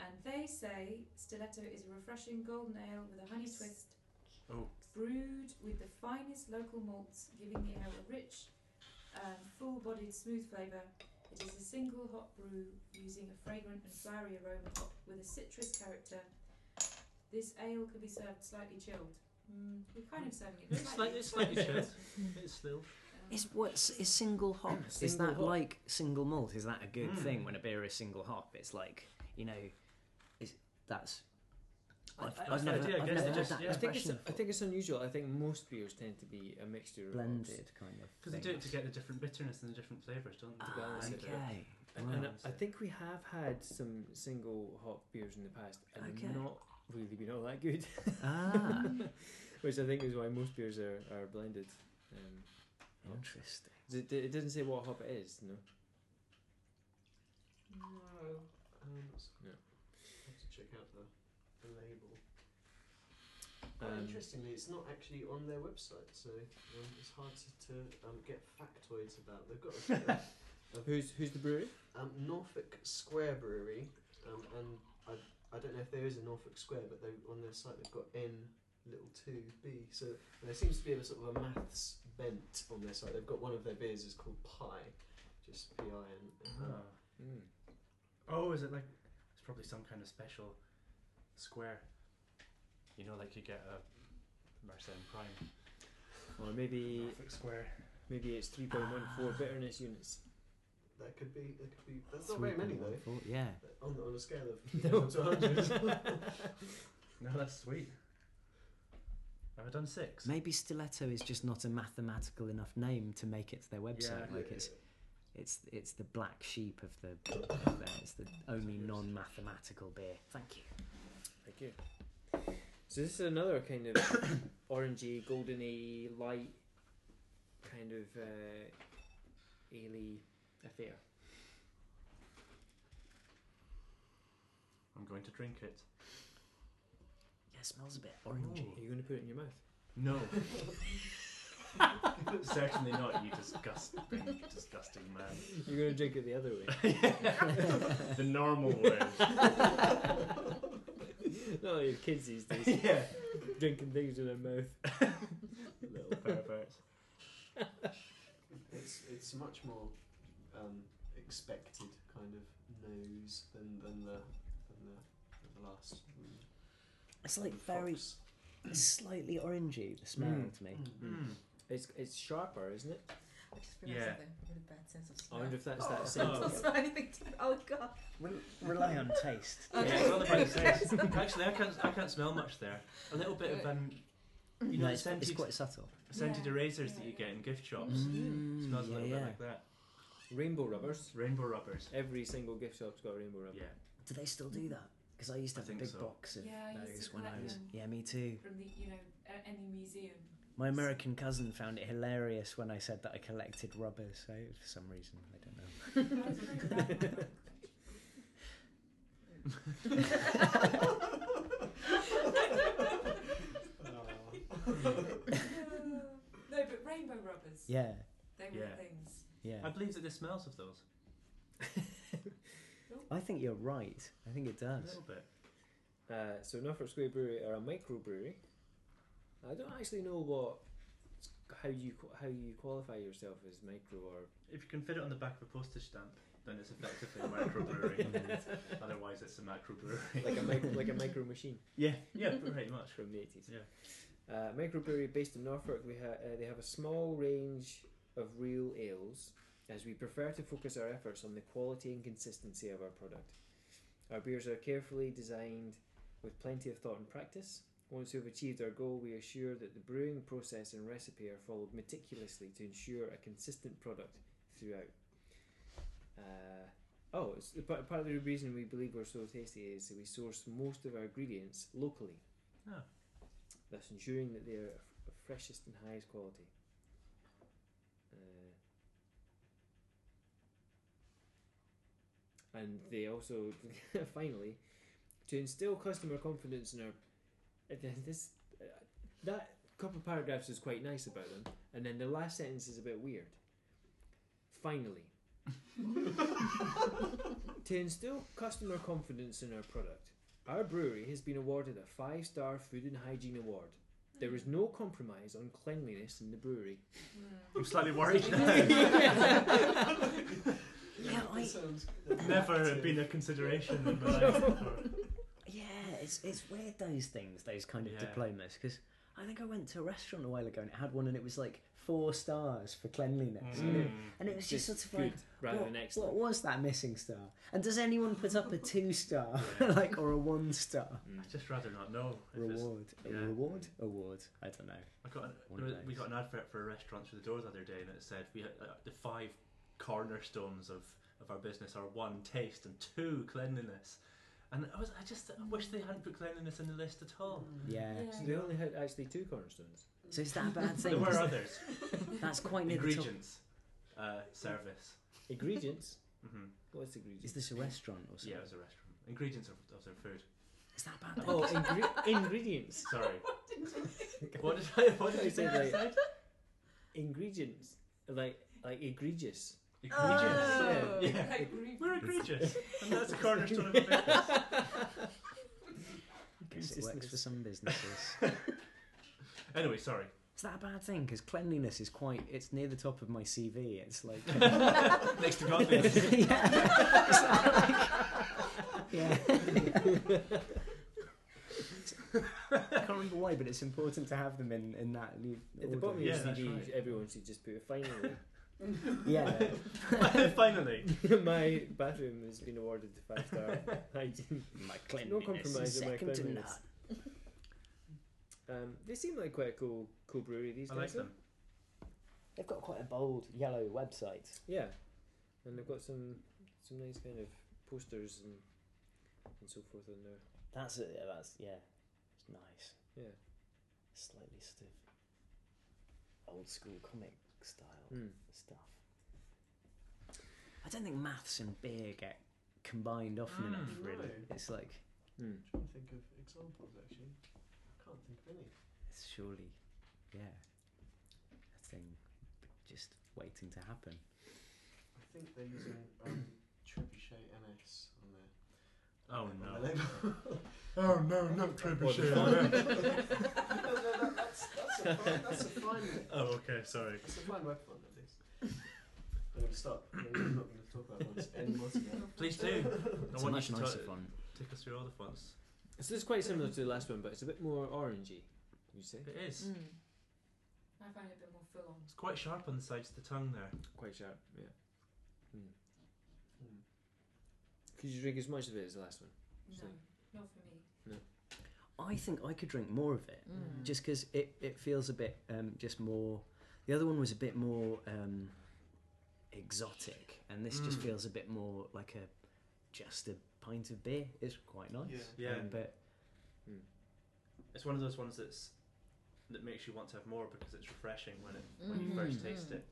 [SPEAKER 4] And they say Stiletto is a refreshing golden ale with a honey twist.
[SPEAKER 3] Oh.
[SPEAKER 4] Brewed with the finest local malts, giving the ale a rich, um, full bodied, smooth flavour. It is a single hop brew using a fragrant and flowery aroma top with a citrus character. This ale could be served slightly chilled. Mm, we're kind of serving it
[SPEAKER 3] It's slightly,
[SPEAKER 4] slightly.
[SPEAKER 3] it's slightly chilled. It's still.
[SPEAKER 4] Um,
[SPEAKER 5] Is what's is single hop? Hmm. is
[SPEAKER 1] Single
[SPEAKER 5] that
[SPEAKER 1] hop.
[SPEAKER 5] like single malt? Is that a good
[SPEAKER 3] Mm.
[SPEAKER 5] thing when a beer is single hop? It's like you know, is that's. I've,
[SPEAKER 3] That's
[SPEAKER 5] I've
[SPEAKER 3] the
[SPEAKER 5] never,
[SPEAKER 3] idea, I
[SPEAKER 5] I've
[SPEAKER 3] guess,
[SPEAKER 5] never
[SPEAKER 3] it
[SPEAKER 5] heard
[SPEAKER 3] just-
[SPEAKER 5] that
[SPEAKER 3] yeah.
[SPEAKER 1] I think it's
[SPEAKER 5] expression
[SPEAKER 1] I think it's unusual. I think most beers tend to be a mixture of
[SPEAKER 5] before.
[SPEAKER 1] hops.
[SPEAKER 5] blended kind of.
[SPEAKER 3] Because they do it to get the different bitterness and the different flavours, don't
[SPEAKER 5] Ah,
[SPEAKER 3] they?
[SPEAKER 1] balance it out.
[SPEAKER 5] okay.
[SPEAKER 1] And, and
[SPEAKER 3] Wow.
[SPEAKER 1] I think we have had some single hop beers in the past, and
[SPEAKER 5] Okay.
[SPEAKER 1] not really been all that good.
[SPEAKER 5] ah,
[SPEAKER 1] Which I think is why most beers are, are blended. Um,
[SPEAKER 5] interesting.
[SPEAKER 1] it, it doesn't say what hop it is, no.
[SPEAKER 2] No. Um, that's-
[SPEAKER 1] Yeah.
[SPEAKER 2] I have to check out the, the label. Quite
[SPEAKER 1] Um,
[SPEAKER 2] interestingly, it's not actually on their website, so um, it's hard to, to um, get factoids about. They've got a,
[SPEAKER 1] Who's who's the brewery?
[SPEAKER 2] um, Norfolk Square Brewery, um, and I, I don't know if there is a Norfolk Square, but they on their site they've got N little two B. So there seems to be a sort of a maths bent on their site. They've got one of their beers is called Pi, just P I N. um,
[SPEAKER 3] Ah.
[SPEAKER 1] Hmm.
[SPEAKER 3] Oh, is it like it's probably some kind of special square? You know, like you get a Mersenne Prime
[SPEAKER 1] Or maybe
[SPEAKER 3] Norfolk Square.
[SPEAKER 1] maybe it's three point one four bitterness units.
[SPEAKER 2] That could be. That could be. That's not very many though.
[SPEAKER 5] Yeah.
[SPEAKER 2] On, on a scale of one to hundred.
[SPEAKER 3] No, that's sweet. Have I done six?
[SPEAKER 5] Maybe stiletto is just not a mathematical enough name to make it to their website.
[SPEAKER 3] Yeah.
[SPEAKER 5] like it's it's it's the black sheep of the. Of their, it's the only non-mathematical beer. Thank you.
[SPEAKER 1] Thank you. So this is another kind of orangey, goldeny, light kind of uh, ailey affair.
[SPEAKER 3] I'm going to drink it.
[SPEAKER 5] Yeah, it smells a bit orangey.
[SPEAKER 1] Are you going to Oh, put it in your mouth?
[SPEAKER 3] No. Certainly not, you disgusting, disgusting man.
[SPEAKER 1] You're going to drink it the other way.
[SPEAKER 3] the normal way.
[SPEAKER 1] Not like your kids these days
[SPEAKER 3] yeah.
[SPEAKER 1] drinking things in their mouth.
[SPEAKER 3] Little perverts.
[SPEAKER 2] It's it's much more um, expected kind of nose than than the than the, than the last. mm,
[SPEAKER 5] It's like
[SPEAKER 2] the
[SPEAKER 5] very
[SPEAKER 2] Fox.
[SPEAKER 5] slightly orangey. The smell
[SPEAKER 1] Mm.
[SPEAKER 5] to me.
[SPEAKER 3] Mm.
[SPEAKER 1] It's it's sharper, isn't it?
[SPEAKER 6] I just realised
[SPEAKER 3] Yeah. Oh,
[SPEAKER 6] something. Really bad sense of
[SPEAKER 1] I
[SPEAKER 6] smell.
[SPEAKER 1] wonder if that's that
[SPEAKER 6] I don't
[SPEAKER 1] same.
[SPEAKER 6] smell anything. To, oh god.
[SPEAKER 5] Re- rely on taste.
[SPEAKER 3] Yeah,
[SPEAKER 6] Okay.
[SPEAKER 3] it's all about the taste. Actually, I can't, I can't smell much there. A little bit of um, you know,
[SPEAKER 5] No,
[SPEAKER 3] the
[SPEAKER 5] it's, it's
[SPEAKER 3] scented,
[SPEAKER 5] quite subtle.
[SPEAKER 3] scented
[SPEAKER 4] Yeah,
[SPEAKER 3] erasers that
[SPEAKER 4] yeah,
[SPEAKER 3] you
[SPEAKER 4] yeah.
[SPEAKER 3] get in gift shops.
[SPEAKER 5] Mm,
[SPEAKER 3] Smells a
[SPEAKER 5] yeah,
[SPEAKER 3] little
[SPEAKER 5] yeah.
[SPEAKER 3] bit like that.
[SPEAKER 1] Rainbow rubbers.
[SPEAKER 3] Rainbow rubbers.
[SPEAKER 1] Every single gift shop's got a rainbow rubber.
[SPEAKER 3] Yeah.
[SPEAKER 5] Do they still do that? Because I used to
[SPEAKER 3] I
[SPEAKER 5] have a
[SPEAKER 3] think
[SPEAKER 5] big
[SPEAKER 3] so.
[SPEAKER 5] box of
[SPEAKER 4] Yeah, I used to
[SPEAKER 5] those when I
[SPEAKER 4] collect
[SPEAKER 5] was.
[SPEAKER 4] them.
[SPEAKER 5] Yeah, me too.
[SPEAKER 4] From the, you know, a- any museum.
[SPEAKER 5] My American cousin found it hilarious when I said that I collected rubbers. So for some reason, I don't know.
[SPEAKER 4] That was very bad. no, but rainbow rubbers.
[SPEAKER 5] Yeah,
[SPEAKER 4] They were
[SPEAKER 3] Yeah.
[SPEAKER 4] things.
[SPEAKER 5] yeah.
[SPEAKER 3] I believe that this smells of those.
[SPEAKER 5] I think you're right. I think it
[SPEAKER 3] A
[SPEAKER 5] does.
[SPEAKER 3] little bit.
[SPEAKER 1] Uh, so Norfolk Square Brewery are a microbrewery. I don't actually know what how you qu- how you qualify yourself as micro or
[SPEAKER 3] If you can fit it on the back of a postage stamp, then it's effectively a microbrewery. Otherwise, it's a macrobrewery.
[SPEAKER 1] like a micro, like a micro machine
[SPEAKER 3] yeah, yeah, pretty much.
[SPEAKER 1] from the eighties.
[SPEAKER 3] Yeah.
[SPEAKER 1] Uh, microbrewery based in Norfolk. We ha- uh, they have a small range of real ales, as we prefer to focus our efforts on the quality and consistency of our product. Our beers are carefully designed with plenty of thought and practice. Once we've achieved our goal, we assure that the brewing process and recipe are followed meticulously to ensure a consistent product throughout. Uh, oh, it's the part, part of the reason we believe we're so tasty is that we source most of our ingredients locally,
[SPEAKER 3] Ah.
[SPEAKER 1] thus ensuring that they are of freshest and highest quality. Uh, and they also, finally, to instill customer confidence in our uh, th- this uh, that couple of paragraphs is quite nice about them and then the last sentence is a bit weird finally to instill customer confidence in our product our brewery has been awarded a five star food and hygiene award there is no compromise on cleanliness in the brewery
[SPEAKER 4] Hmm.
[SPEAKER 3] I'm slightly worried
[SPEAKER 5] Yeah,
[SPEAKER 2] That
[SPEAKER 5] I-
[SPEAKER 2] sounds-
[SPEAKER 3] Never been a consideration in my life. before.
[SPEAKER 5] Yeah, it's it's weird those things, those kind of
[SPEAKER 3] Yeah.
[SPEAKER 5] diplomas, because I think I went to a restaurant a while ago and it had one and it was like four stars for cleanliness, and, it,
[SPEAKER 3] Mm.
[SPEAKER 5] and it was just, sort of
[SPEAKER 1] good
[SPEAKER 5] like.
[SPEAKER 1] rather
[SPEAKER 5] what,
[SPEAKER 1] than excellent
[SPEAKER 5] what was that missing star? And does anyone put up a two star,
[SPEAKER 3] Yeah.
[SPEAKER 5] uh, like, or a one star
[SPEAKER 1] Mm.
[SPEAKER 3] I'd just rather not know. if it's-
[SPEAKER 5] reward? A
[SPEAKER 3] yeah.
[SPEAKER 5] reward? Award? I don't know.
[SPEAKER 3] I got an,
[SPEAKER 5] One
[SPEAKER 3] there
[SPEAKER 5] of
[SPEAKER 3] was- we
[SPEAKER 5] those.
[SPEAKER 3] got an advert for a restaurant through the door the other day, and it said we had, uh, the five cornerstones of, of our business are one taste and two cleanliness. And I was I just I wish they hadn't put cleanliness in the list at all.
[SPEAKER 5] Yeah.
[SPEAKER 1] so they only had actually two cornerstones
[SPEAKER 5] So is that a bad
[SPEAKER 3] There
[SPEAKER 5] thing?
[SPEAKER 3] were others.
[SPEAKER 5] That's quite near the top.
[SPEAKER 3] Ingredients, uh, service.
[SPEAKER 1] ingredients
[SPEAKER 3] hmm
[SPEAKER 1] what's
[SPEAKER 5] Is
[SPEAKER 1] ingredients
[SPEAKER 5] this a restaurant or something?
[SPEAKER 3] Yeah, it was a restaurant. Ingredients of, of their food.
[SPEAKER 5] Is that a bad thing?
[SPEAKER 1] oh ingre- ingredients
[SPEAKER 3] Sorry. what did I? What did
[SPEAKER 1] I
[SPEAKER 3] you
[SPEAKER 1] said
[SPEAKER 3] say? I
[SPEAKER 1] like-
[SPEAKER 3] said?
[SPEAKER 1] ingredients like like egregious
[SPEAKER 3] Egregious.
[SPEAKER 1] Oh.
[SPEAKER 3] Yeah.
[SPEAKER 6] Like, re-
[SPEAKER 3] We're egregious, and that's a cornerstone of a business.
[SPEAKER 5] Guess it works for some businesses.
[SPEAKER 3] Anyway, sorry.
[SPEAKER 5] Is that a bad thing? Because cleanliness is quite. It's near the top of my CV. It's like.
[SPEAKER 3] Next to godliness.
[SPEAKER 5] yeah. It's not like- yeah. I can't remember why, but it's important to have them in, in that. le-
[SPEAKER 1] At the
[SPEAKER 5] order.
[SPEAKER 1] bottom of
[SPEAKER 3] Yeah,
[SPEAKER 1] your
[SPEAKER 3] that's
[SPEAKER 1] CV,
[SPEAKER 3] right.
[SPEAKER 1] everyone should just put a finally.
[SPEAKER 5] Yeah.
[SPEAKER 3] Finally.
[SPEAKER 1] my bathroom has been awarded the five star hygiene.
[SPEAKER 5] My
[SPEAKER 1] No
[SPEAKER 5] cleanliness is
[SPEAKER 1] compromise on my
[SPEAKER 5] second to
[SPEAKER 1] cleanliness. Um, they seem like quite a cool, cool brewery these
[SPEAKER 3] I
[SPEAKER 1] days.
[SPEAKER 3] like
[SPEAKER 1] though.
[SPEAKER 3] them.
[SPEAKER 5] They've got quite a bold yellow website.
[SPEAKER 1] Yeah, and they've got some some nice kind of posters and and so forth on there.
[SPEAKER 5] That's it. Yeah, that's yeah. It's nice.
[SPEAKER 1] Yeah.
[SPEAKER 5] Slightly sort of old school comic style
[SPEAKER 1] Hmm.
[SPEAKER 5] stuff. I don't think maths and beer get combined often
[SPEAKER 3] Mm.
[SPEAKER 5] enough. Really,
[SPEAKER 2] No.
[SPEAKER 5] it's like
[SPEAKER 1] Hmm.
[SPEAKER 2] I'm trying to think of examples actually. I can't think of any.
[SPEAKER 5] it's surely, yeah, a thing just waiting to happen.
[SPEAKER 2] I think they're using um, Trebuchet MS on their.
[SPEAKER 3] Oh
[SPEAKER 2] on
[SPEAKER 3] no.
[SPEAKER 2] their label.
[SPEAKER 3] Oh no,
[SPEAKER 2] not
[SPEAKER 1] trebuchet.
[SPEAKER 2] no, no, no, that's, that's, a fine, that's a fine name.
[SPEAKER 3] oh, okay, sorry.
[SPEAKER 2] That's a fine weapon at least. I'm going to stop. I'm not going to talk about this anymore today.
[SPEAKER 3] Please do. I
[SPEAKER 5] It's a
[SPEAKER 3] want
[SPEAKER 5] much
[SPEAKER 3] you to
[SPEAKER 5] nicer
[SPEAKER 3] ta-
[SPEAKER 5] one.
[SPEAKER 3] take us through all the fonts.
[SPEAKER 1] So this is quite similar to the last one, but it's a bit more orangey. You say
[SPEAKER 3] It is.
[SPEAKER 6] Mm.
[SPEAKER 4] I find it a bit more full on.
[SPEAKER 3] It's quite sharp on the sides of the tongue there.
[SPEAKER 1] quite sharp. Yeah.
[SPEAKER 2] Mm.
[SPEAKER 1] Could you drink as much of it as the last one?
[SPEAKER 4] No,
[SPEAKER 1] Same.
[SPEAKER 4] not for me.
[SPEAKER 5] I think I could drink more of it.
[SPEAKER 2] Mm.
[SPEAKER 5] just because it, it feels a bit um, just more the other one was a bit more um, exotic and this just
[SPEAKER 3] Mm.
[SPEAKER 5] feels a bit more like a just a pint of beer it's quite nice
[SPEAKER 2] Yeah.
[SPEAKER 3] Yeah.
[SPEAKER 5] Um, but
[SPEAKER 3] It's one of those ones that's that makes you want to have more because it's refreshing when it when you first
[SPEAKER 5] Mm.
[SPEAKER 3] taste it.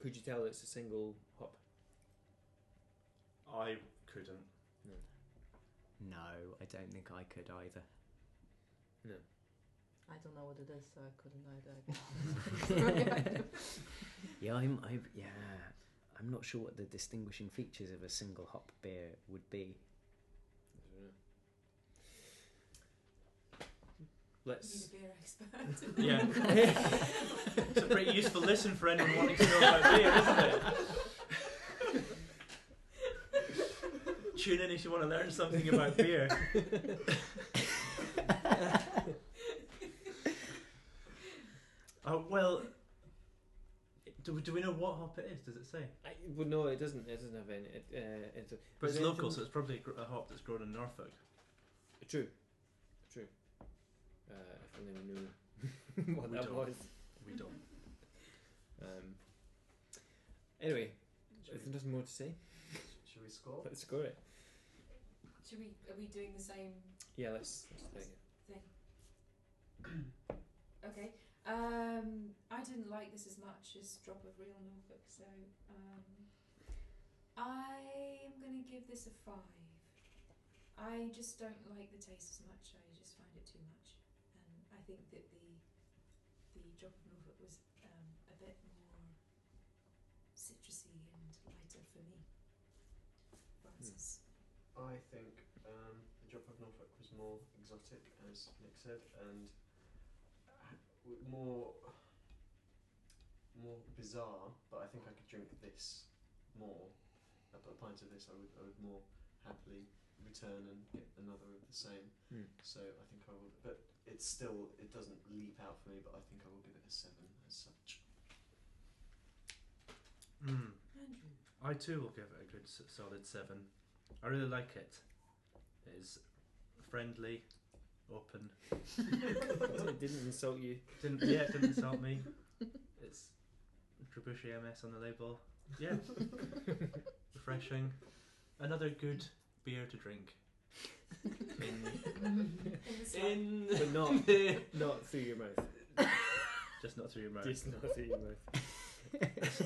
[SPEAKER 1] Could you tell it's a single hop?
[SPEAKER 3] I couldn't.
[SPEAKER 5] no I don't think I could either
[SPEAKER 1] No.
[SPEAKER 6] I don't know what it is, so I couldn't either.
[SPEAKER 5] yeah I'm I yeah I'm not sure what the distinguishing features of a single hop beer would be
[SPEAKER 1] I don't
[SPEAKER 4] You're
[SPEAKER 1] know. Let's.
[SPEAKER 4] the beer expert.
[SPEAKER 3] Yeah. it's a pretty useful lesson for anyone wanting to know about beer, isn't it? Tune in if you want to learn something about beer. Oh well, do we, do we know what hop it is? Does it say?
[SPEAKER 1] I, well, no, it doesn't. It doesn't have any. It, uh, it's a-
[SPEAKER 3] But
[SPEAKER 1] Is
[SPEAKER 3] it's
[SPEAKER 1] there
[SPEAKER 3] local,
[SPEAKER 1] anything-
[SPEAKER 3] so it's probably a, gr- a hop that's grown in Norfolk.
[SPEAKER 1] true, true. Uh, if only we knew what
[SPEAKER 3] We
[SPEAKER 1] that
[SPEAKER 3] don't.
[SPEAKER 1] was.
[SPEAKER 3] We don't.
[SPEAKER 1] Um, anyway,
[SPEAKER 2] Should
[SPEAKER 1] if
[SPEAKER 2] we,
[SPEAKER 1] there's nothing more to say,
[SPEAKER 2] should we score?
[SPEAKER 1] let's score it.
[SPEAKER 4] Should we? Are we doing the same
[SPEAKER 1] Yeah, let's. let's take it.
[SPEAKER 4] thing? okay. Um, I didn't like this as much as Drop of Real Norfolk, so um, I am going to give this a five. I just don't like the taste as much. I just find it too much, and I think that the the Drop of Norfolk was um, a bit more citrusy and lighter for me. Francis.
[SPEAKER 2] I think um, the drop of Norfolk was more exotic, as Nick said, and ha- w- more more bizarre. But I think I could drink this more. A, a pint of this, I would I would more happily return and get another of the same.
[SPEAKER 1] Hmm.
[SPEAKER 2] So I think I will. But it's still it doesn't leap out for me. But I think I will give it a seven as such.
[SPEAKER 3] Mm.
[SPEAKER 4] Andrew.
[SPEAKER 3] I too will give it a good s- solid seven. I really like it. It is friendly, open.
[SPEAKER 1] it didn't insult you.
[SPEAKER 3] Didn't yeah, it didn't insult me. It's Trebuchet MS on the label. Yeah, refreshing. Another good beer to drink.
[SPEAKER 4] In the slide.
[SPEAKER 3] In
[SPEAKER 1] Mm. But not-
[SPEAKER 3] the-
[SPEAKER 1] Not through your mouth.
[SPEAKER 3] just not through your mouth.
[SPEAKER 1] Just not through your mouth.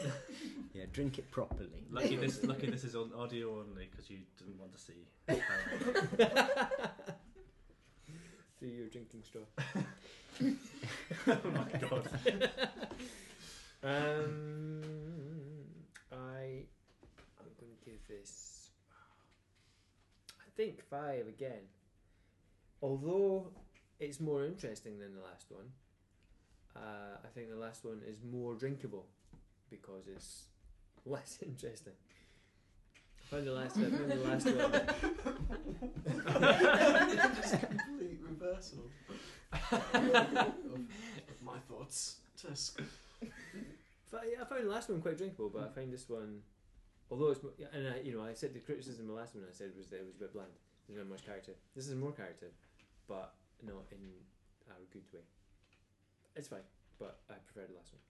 [SPEAKER 5] Yeah, drink it properly.
[SPEAKER 3] Lucky this, lucky this is on audio only because you didn't want to see. how-
[SPEAKER 1] through your drinking straw.
[SPEAKER 3] oh my god!
[SPEAKER 1] Um, I I'm gonna give this. I think five again. Although it's more interesting than the last one, uh, I think the last one is more drinkable because it's less interesting. I found the last. I found the last one.
[SPEAKER 2] Just complete reversal of, of my thoughts. Tusk.
[SPEAKER 1] But I- I found the last one quite drinkable, but I find this one, although it's mo- yeah, and I, you know I said the criticism of the last one I said was that it was a bit bland. There's not much character. This is more character, but not in a good way. It's fine, but I prefer the last one.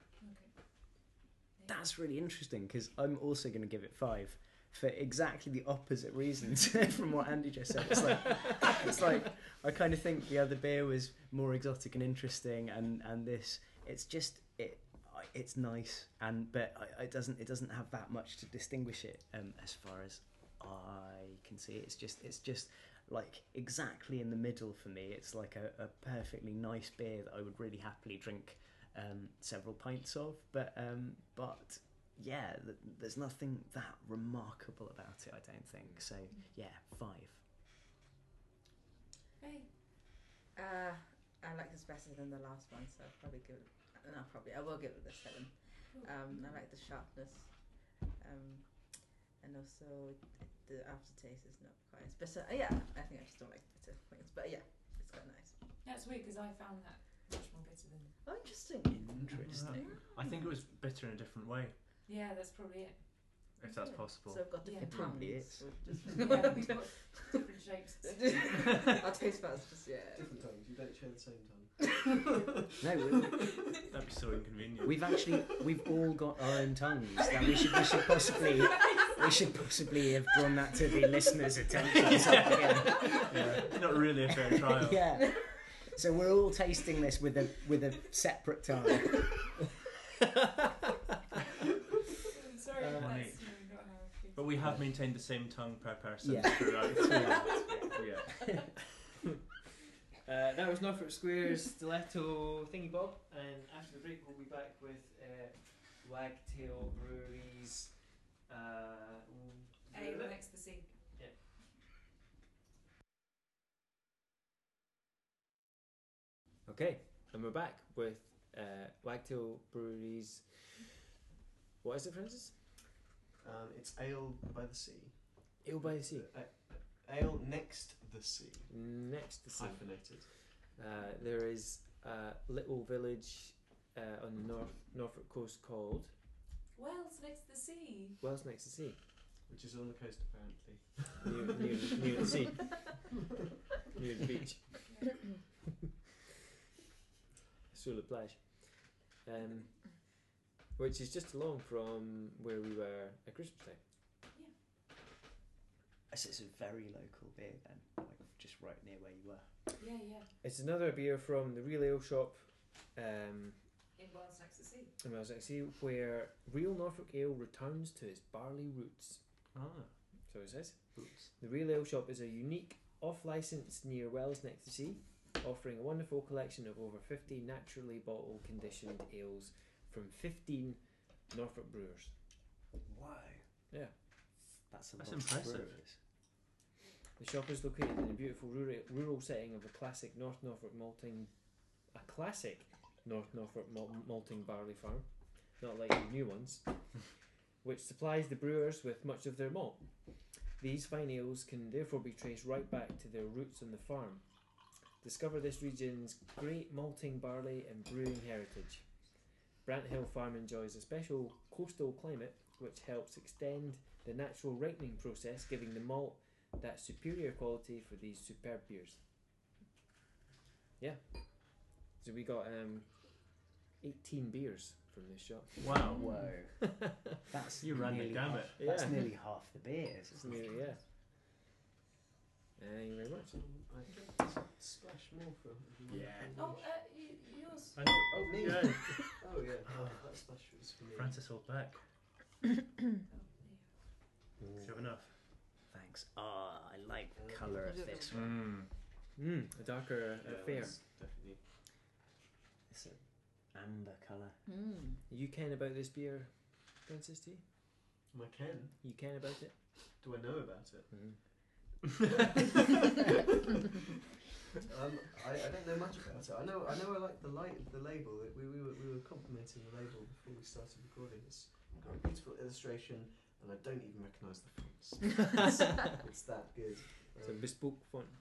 [SPEAKER 5] That's really interesting because I'm also going to give it five for exactly the opposite reasons from what Andy just said. It's like, it's like I kind of think the other beer was more exotic and interesting, and and this it's just it I- it's nice and but I, it doesn't it doesn't have that much to distinguish it um, as far as I can see. It's just it's just like exactly in the middle for me. It's like a, a perfectly nice beer that I would really happily drink um, several pints of, but um, but yeah, th- there's nothing that remarkable about it. I don't think so. Yeah, five.
[SPEAKER 4] Hey,
[SPEAKER 6] Uh, I like this better than the last one, so I'll probably give it. No, probably I will give it a seven. Um, I like the sharpness, um, and also the aftertaste is not quite as bitter. Uh, yeah, I think I just don't like bitter things, but yeah, it's quite nice.
[SPEAKER 4] that's weird because I found that much more bitter than.
[SPEAKER 6] Oh, interesting.
[SPEAKER 5] Interesting.
[SPEAKER 3] I think it was bitter in a different way,
[SPEAKER 4] Yeah, that's probably it.
[SPEAKER 3] if that's
[SPEAKER 6] Okay.
[SPEAKER 3] possible.
[SPEAKER 6] So I've got different
[SPEAKER 5] It probably
[SPEAKER 6] tongues
[SPEAKER 5] is.
[SPEAKER 6] with different-
[SPEAKER 4] Yeah, we've got different shapes.
[SPEAKER 6] Our taste buds just yeah.
[SPEAKER 2] Different tongues. You don't share the same tongue.
[SPEAKER 5] No, we,
[SPEAKER 3] That'd be so inconvenient.
[SPEAKER 5] we've actually we've all got our own tongues. That we should we should possibly we should possibly have drawn that to the listeners' attention. somewhere.
[SPEAKER 3] It's not really a fair trial.
[SPEAKER 5] yeah. So we're all tasting this with a with a separate Uh, tongue.
[SPEAKER 4] Sorry,
[SPEAKER 1] Uh,
[SPEAKER 4] that's no, not how I feel.
[SPEAKER 3] But we have maintained the same tongue per person
[SPEAKER 5] Yeah.
[SPEAKER 3] throughout. yeah.
[SPEAKER 1] Uh, that was Norfolk Square's stiletto thingy bob, and after the break we'll be back with uh, Wagtail Breweries. Uh,
[SPEAKER 4] A will next to C.
[SPEAKER 1] Okay, and we're back with uh, Wagtail Brewery's. What is it, Francis?
[SPEAKER 2] Um, it's ale by the sea.
[SPEAKER 1] Ale by the sea.
[SPEAKER 2] Uh, uh, ale next the sea.
[SPEAKER 1] Next to sea.
[SPEAKER 2] Hyphenated.
[SPEAKER 1] Uh, there is a little village uh, on the north Norfolk coast called
[SPEAKER 4] Wales next to the sea.
[SPEAKER 1] Wells next to sea,
[SPEAKER 2] Which is on the coast apparently.
[SPEAKER 1] near, near, near the sea, near the beach, sur la plage, um, which is just along from where we were at Christmas time.
[SPEAKER 5] It's, it's a very local beer then, like just right near where you were.
[SPEAKER 4] Yeah, yeah.
[SPEAKER 1] It's another beer from the Real Ale Shop. Um,
[SPEAKER 4] In Wales next to the sea.
[SPEAKER 1] and I was like, see where real Norfolk ale returns to its barley roots.
[SPEAKER 3] Ah,
[SPEAKER 1] So it says.
[SPEAKER 3] oops.
[SPEAKER 1] The Real Ale Shop is a unique off license near Wells next to sea, offering a wonderful collection of over 50 naturally bottle conditioned ales from 15 Norfolk brewers.
[SPEAKER 5] Wow.
[SPEAKER 1] Yeah.
[SPEAKER 5] That's a
[SPEAKER 3] That's
[SPEAKER 5] lot of
[SPEAKER 3] impressive.
[SPEAKER 5] breweries.
[SPEAKER 1] The shop is located in a beautiful rural, rural setting of a classic North Norfolk malting, a classic North Norfolk mal- malting barley farm, not like the new ones, which supplies the brewers with much of their malt. These fine ales can therefore be traced right back to their roots on the farm. Discover this region's great malting barley and brewing heritage. Brant Hill Farm enjoys a special coastal climate which helps extend the natural ripening process, giving the malt that superior quality for these superb beers. Yeah. So we got um, 18 beers from this shop.
[SPEAKER 3] Wow.
[SPEAKER 5] Whoa. That's
[SPEAKER 3] You ran the
[SPEAKER 5] nearly
[SPEAKER 3] gamut.
[SPEAKER 5] half- That's
[SPEAKER 1] Yeah.
[SPEAKER 5] nearly half the beers.
[SPEAKER 1] It's
[SPEAKER 5] isn't it?
[SPEAKER 1] nearly- yeah. Thank you very much.
[SPEAKER 2] So I think there's a splash more for if you want.
[SPEAKER 3] Yeah.
[SPEAKER 4] Oh, uh, y- yours.
[SPEAKER 3] I know.
[SPEAKER 2] Oh, me.
[SPEAKER 3] Yeah.
[SPEAKER 2] Oh yeah, that splash was for me.
[SPEAKER 3] Francis, hold back. Do you have enough?
[SPEAKER 5] Thanks. Ah, I like the
[SPEAKER 2] Uh,
[SPEAKER 5] colour of
[SPEAKER 6] is it
[SPEAKER 5] this one.
[SPEAKER 3] Mm.
[SPEAKER 1] Mm, a darker
[SPEAKER 2] Yeah,
[SPEAKER 1] affair.
[SPEAKER 2] that's Definitely.
[SPEAKER 5] It's an amber colour.
[SPEAKER 6] Mm.
[SPEAKER 1] You can about this beer, Francis? Do you?
[SPEAKER 2] My Ken,
[SPEAKER 1] You can about it?
[SPEAKER 2] do I know about it?
[SPEAKER 1] Mm.
[SPEAKER 2] Um, I, I don't know much about it. I know I know I like the light the label. It, we, we were we were complimenting the label before we started recording. It's got a beautiful illustration, and I don't even recognise the fonts. it's, it's that good.
[SPEAKER 1] It's a
[SPEAKER 2] Um,
[SPEAKER 1] bespoke font.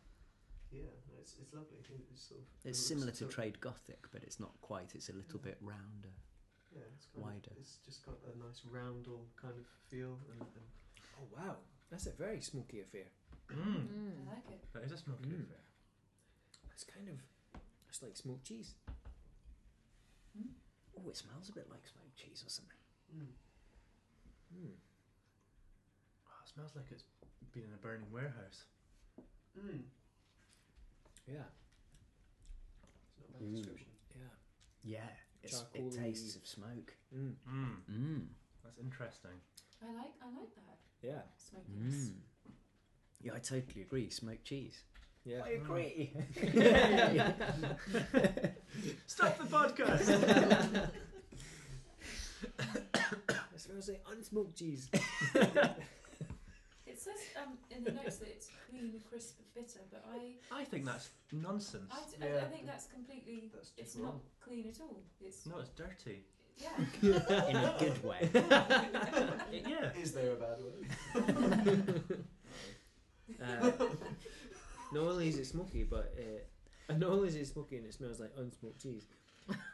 [SPEAKER 2] yeah, no, it's it's lovely. It's, sort of,
[SPEAKER 5] It's
[SPEAKER 2] it looks
[SPEAKER 5] similar to
[SPEAKER 2] sort of-
[SPEAKER 5] Trade Gothic, but it's not quite. It's a little
[SPEAKER 2] Yeah.
[SPEAKER 5] bit rounder.
[SPEAKER 2] Yeah, it's kind
[SPEAKER 5] wider.
[SPEAKER 2] Of, it's just got a nice roundel kind of feel, and, and
[SPEAKER 1] Oh, wow. That's a very smoky affair.
[SPEAKER 3] Mm.
[SPEAKER 6] Mm.
[SPEAKER 4] I like it.
[SPEAKER 3] That is a smoky
[SPEAKER 1] Mm.
[SPEAKER 3] affair.
[SPEAKER 1] It's kind of. It's like smoked cheese.
[SPEAKER 5] Oh, it smells a bit like smoked cheese or something.
[SPEAKER 2] mm,
[SPEAKER 1] Mm.
[SPEAKER 3] Oh, it smells like it's been in a burning warehouse.
[SPEAKER 2] mm.
[SPEAKER 1] Yeah.
[SPEAKER 2] It's not a bad
[SPEAKER 5] Mm.
[SPEAKER 2] description.
[SPEAKER 1] Yeah.
[SPEAKER 5] Yeah, it's, it
[SPEAKER 1] Charcoaly.
[SPEAKER 5] tastes of smoke.
[SPEAKER 1] Mm.
[SPEAKER 3] Mm.
[SPEAKER 5] Mmm.
[SPEAKER 3] That's interesting.
[SPEAKER 4] I like, I like that.
[SPEAKER 1] Yeah.
[SPEAKER 4] Smokiness.
[SPEAKER 5] Mmm. Yeah, I totally agree. Smoked cheese.
[SPEAKER 1] Yeah.
[SPEAKER 5] agree.
[SPEAKER 3] Stop the podcast!
[SPEAKER 1] I suppose they unsmoked cheese.
[SPEAKER 4] It says um, in the notes that it's clean, crisp, bitter, but I,
[SPEAKER 3] I think that's nonsense.
[SPEAKER 4] I, d- I- I
[SPEAKER 2] Yeah.
[SPEAKER 4] think that's completely.
[SPEAKER 2] That's just
[SPEAKER 4] It's not
[SPEAKER 2] wrong.
[SPEAKER 4] clean at all. It's
[SPEAKER 3] No, it's dirty.
[SPEAKER 4] yeah.
[SPEAKER 5] In a good way.
[SPEAKER 3] yeah.
[SPEAKER 2] Is there a bad word?
[SPEAKER 1] Uh, not only is it smoky, but uh, not only is it smoky and it smells like unsmoked cheese,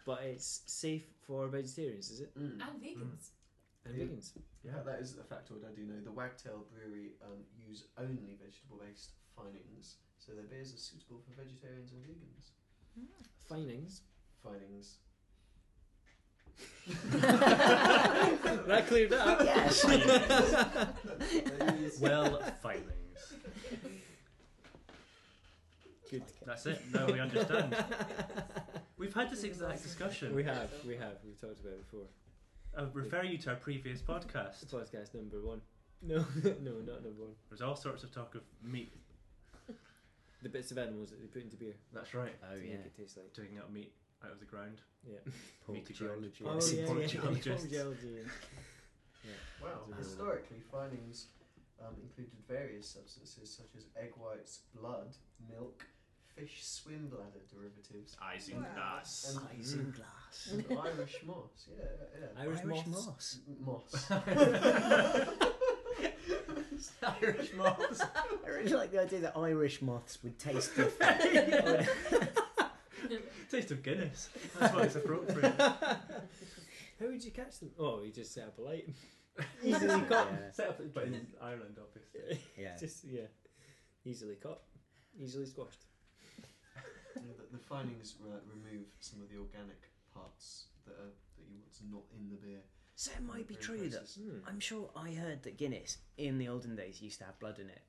[SPEAKER 1] but it's safe for vegetarians, is it?
[SPEAKER 2] Mm.
[SPEAKER 4] And vegans.
[SPEAKER 1] And
[SPEAKER 2] Yeah.
[SPEAKER 1] vegans.
[SPEAKER 2] Yeah, that is a factoid I do know. The Wagtail Brewery um, use only vegetable-based finings, so their beers are suitable for vegetarians and vegans.
[SPEAKER 1] Finings.
[SPEAKER 2] Finings.
[SPEAKER 1] that cleared that up.
[SPEAKER 2] They use-
[SPEAKER 3] Well, filings.
[SPEAKER 1] Good.
[SPEAKER 3] That's it. Now we understand. We've had this exact discussion.
[SPEAKER 1] We have, we have, we've talked about it before.
[SPEAKER 3] I would refer you to our previous podcast.
[SPEAKER 1] It's podcast number one. No, no, not number one.
[SPEAKER 3] There's all sorts of talk of meat.
[SPEAKER 1] The bits of animals that they put into beer
[SPEAKER 3] That's right. Uh,
[SPEAKER 5] Oh
[SPEAKER 1] to
[SPEAKER 5] yeah.
[SPEAKER 1] make it taste like.
[SPEAKER 3] Digging up meat out of the ground.
[SPEAKER 1] Yeah.
[SPEAKER 5] Pork
[SPEAKER 3] Meaty ground.
[SPEAKER 5] geology.
[SPEAKER 1] Oh,
[SPEAKER 3] Yes.
[SPEAKER 1] yeah, yeah, yeah.
[SPEAKER 3] Apologiologists.
[SPEAKER 1] Apologiology.
[SPEAKER 2] Wow.
[SPEAKER 1] Wow.
[SPEAKER 2] Historically, finings um, included various substances such as egg whites, blood, milk, fish swim bladder derivatives.
[SPEAKER 3] Isinglass.
[SPEAKER 2] Wow.
[SPEAKER 5] Eyes in glass.
[SPEAKER 2] And Irish moss, yeah, yeah.
[SPEAKER 1] Irish,
[SPEAKER 5] Irish
[SPEAKER 1] moss.
[SPEAKER 5] moss.
[SPEAKER 2] Moss.
[SPEAKER 3] Irish moss.
[SPEAKER 5] I really like the idea that Irish moths would taste different.
[SPEAKER 3] Taste of Guinness. That's why it's appropriate.
[SPEAKER 1] How would you catch them? Oh, you just set up a light.
[SPEAKER 5] Easily caught.
[SPEAKER 3] Set up by Ireland, obviously.
[SPEAKER 5] Yeah.
[SPEAKER 1] just yeah, easily caught, easily squashed.
[SPEAKER 2] And the, the findings re- remove some of the organic parts that are that you want's not in the beer.
[SPEAKER 5] So it might be
[SPEAKER 2] Brewing
[SPEAKER 5] true that
[SPEAKER 2] process.
[SPEAKER 1] Hmm.
[SPEAKER 5] I'm sure I heard that Guinness in the olden days used to have blood in it,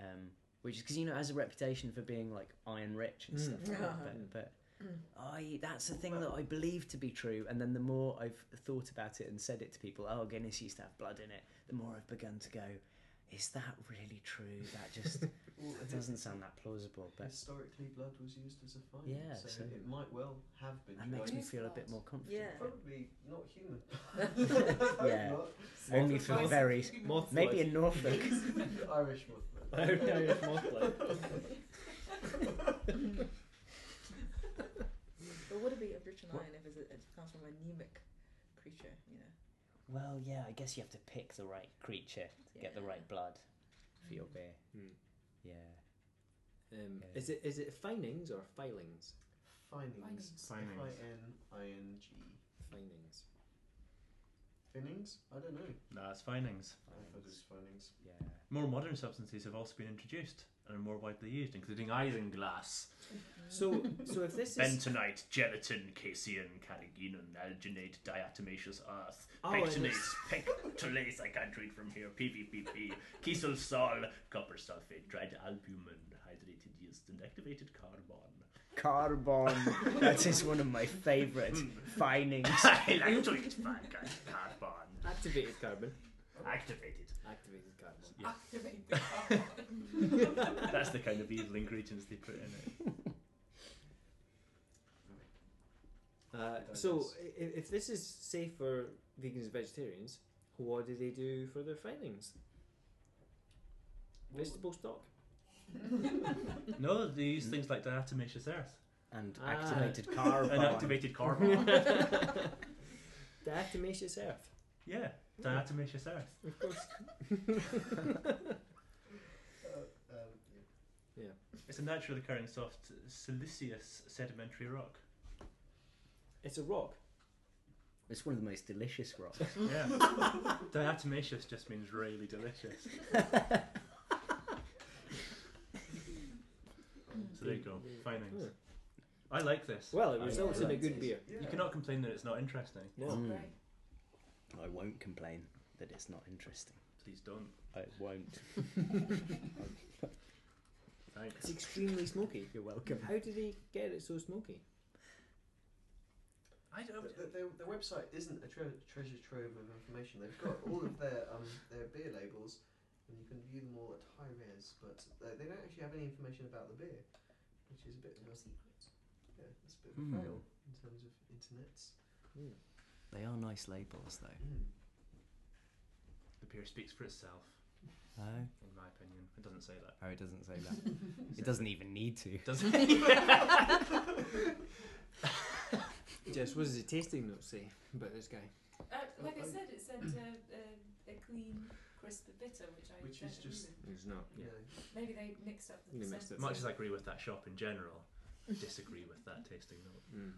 [SPEAKER 5] um, which is because you know it has a reputation for being like iron rich and stuff.
[SPEAKER 1] Mm.
[SPEAKER 5] Like that,
[SPEAKER 1] Yeah.
[SPEAKER 5] but but
[SPEAKER 6] Mm.
[SPEAKER 5] I that's a thing that I believe to be true, and then the more I've thought about it and said it to people, oh Guinness used to have blood in it, the more I've begun to go, is that really true? That just
[SPEAKER 2] Well,
[SPEAKER 5] it doesn't sound that plausible, but
[SPEAKER 2] Historically, blood was used as a finding,
[SPEAKER 5] Yeah,
[SPEAKER 2] so,
[SPEAKER 5] so-
[SPEAKER 2] it might well have been.
[SPEAKER 5] that
[SPEAKER 2] you know,
[SPEAKER 5] makes
[SPEAKER 2] I-
[SPEAKER 5] me feel a bit more confident.
[SPEAKER 6] Yeah.
[SPEAKER 2] Probably not human.
[SPEAKER 5] Yeah.
[SPEAKER 2] Not.
[SPEAKER 5] Only for very
[SPEAKER 1] Moth
[SPEAKER 5] maybe in Norfolk.
[SPEAKER 2] Irish moth. blood.
[SPEAKER 1] Irish moth blood.
[SPEAKER 6] But would it be of rich and iron if it's a- it comes from a anemic creature? You know.
[SPEAKER 5] well, yeah, I guess you have to pick the right creature to get the
[SPEAKER 6] Yeah.
[SPEAKER 5] right blood for your beer.
[SPEAKER 1] Mm.
[SPEAKER 5] Yeah.
[SPEAKER 1] Um,
[SPEAKER 5] Yeah.
[SPEAKER 1] Is it is it findings or filings?
[SPEAKER 2] Findings.
[SPEAKER 4] Findings.
[SPEAKER 3] Findings.
[SPEAKER 2] F I N I N G.
[SPEAKER 1] Findings.
[SPEAKER 2] Finnings? I don't know.
[SPEAKER 3] Nah, it's findings.
[SPEAKER 2] I thought it was findings.
[SPEAKER 5] Yeah.
[SPEAKER 3] More modern substances have also been introduced and are more widely used, including isinglass,
[SPEAKER 1] So so if this is
[SPEAKER 3] bentonite, gelatin, casein, carrageenan, alginate, diatomaceous earth,
[SPEAKER 1] Oh, it
[SPEAKER 3] pectinate,
[SPEAKER 1] is.
[SPEAKER 3] pectolase, I can't read from here, PVPP, kiesel sol, copper sulfate, dried albumin, hydrated yeast, and activated carbon.
[SPEAKER 5] Carbon. that is one of my favourite findings.
[SPEAKER 3] I like to eat fat guy, carbon.
[SPEAKER 1] activated carbon,
[SPEAKER 3] Activated.
[SPEAKER 1] activated carbon.
[SPEAKER 3] Yeah.
[SPEAKER 4] Activate the
[SPEAKER 3] That's the kind of evil ingredients they put in it.
[SPEAKER 1] Uh,
[SPEAKER 2] It
[SPEAKER 1] so
[SPEAKER 2] does.
[SPEAKER 1] if, if this is safe for vegans and vegetarians, what do they do for their filings?
[SPEAKER 2] Well,
[SPEAKER 1] Vegetable stock.
[SPEAKER 3] No, they use things like diatomaceous earth
[SPEAKER 5] And
[SPEAKER 1] Ah.
[SPEAKER 5] activated carbon.
[SPEAKER 3] and activated carbon.
[SPEAKER 1] Diatomaceous earth,
[SPEAKER 3] yeah, diatomaceous earth.
[SPEAKER 1] of course.
[SPEAKER 2] uh, um, yeah.
[SPEAKER 3] It's a naturally occurring soft siliceous sedimentary rock.
[SPEAKER 1] It's a rock.
[SPEAKER 5] It's one of the most delicious rocks.
[SPEAKER 3] Yeah. Diatomaceous just means really delicious. so there you go. Findings.
[SPEAKER 1] Hmm.
[SPEAKER 3] I like this.
[SPEAKER 1] Well, it
[SPEAKER 5] I
[SPEAKER 1] results in a
[SPEAKER 5] like
[SPEAKER 1] good
[SPEAKER 5] it.
[SPEAKER 1] beer.
[SPEAKER 2] Yeah.
[SPEAKER 3] You cannot complain that it's not interesting.
[SPEAKER 1] No.
[SPEAKER 5] Mm.
[SPEAKER 4] Right.
[SPEAKER 5] I won't complain that it's not interesting.
[SPEAKER 3] Please don't.
[SPEAKER 5] I won't.
[SPEAKER 3] Thanks.
[SPEAKER 1] It's extremely smoky.
[SPEAKER 5] You're welcome.
[SPEAKER 1] How do they get it so smoky?
[SPEAKER 3] I don't.
[SPEAKER 2] The, the, their- their website isn't a tre- treasure trove of information. They've got all of their um, their beer labels, and you can view them all at high res. But they, they don't actually have any information about the beer, which is a bit of a, yeah, it's a bit of a
[SPEAKER 5] Hmm.
[SPEAKER 2] fail in terms of internets. Hmm.
[SPEAKER 5] They are nice labels, though.
[SPEAKER 3] The beer speaks for itself,
[SPEAKER 5] No?
[SPEAKER 3] in my opinion. It doesn't say that.
[SPEAKER 5] Oh, it doesn't say that. it doesn't even need to.
[SPEAKER 3] Doesn't it?
[SPEAKER 1] Just what does the tasting notes say about this guy?
[SPEAKER 4] Uh, like I said, it said uh, uh, a clean, crisp bitter, which I
[SPEAKER 2] Which
[SPEAKER 4] don't
[SPEAKER 2] is just-
[SPEAKER 4] agree
[SPEAKER 1] It's not.
[SPEAKER 2] You know,
[SPEAKER 4] with. maybe they mixed up the
[SPEAKER 1] They mixed
[SPEAKER 4] percentages.
[SPEAKER 1] it.
[SPEAKER 3] Much as I agree with that shop in general, disagree with that tasting note.
[SPEAKER 1] Mm.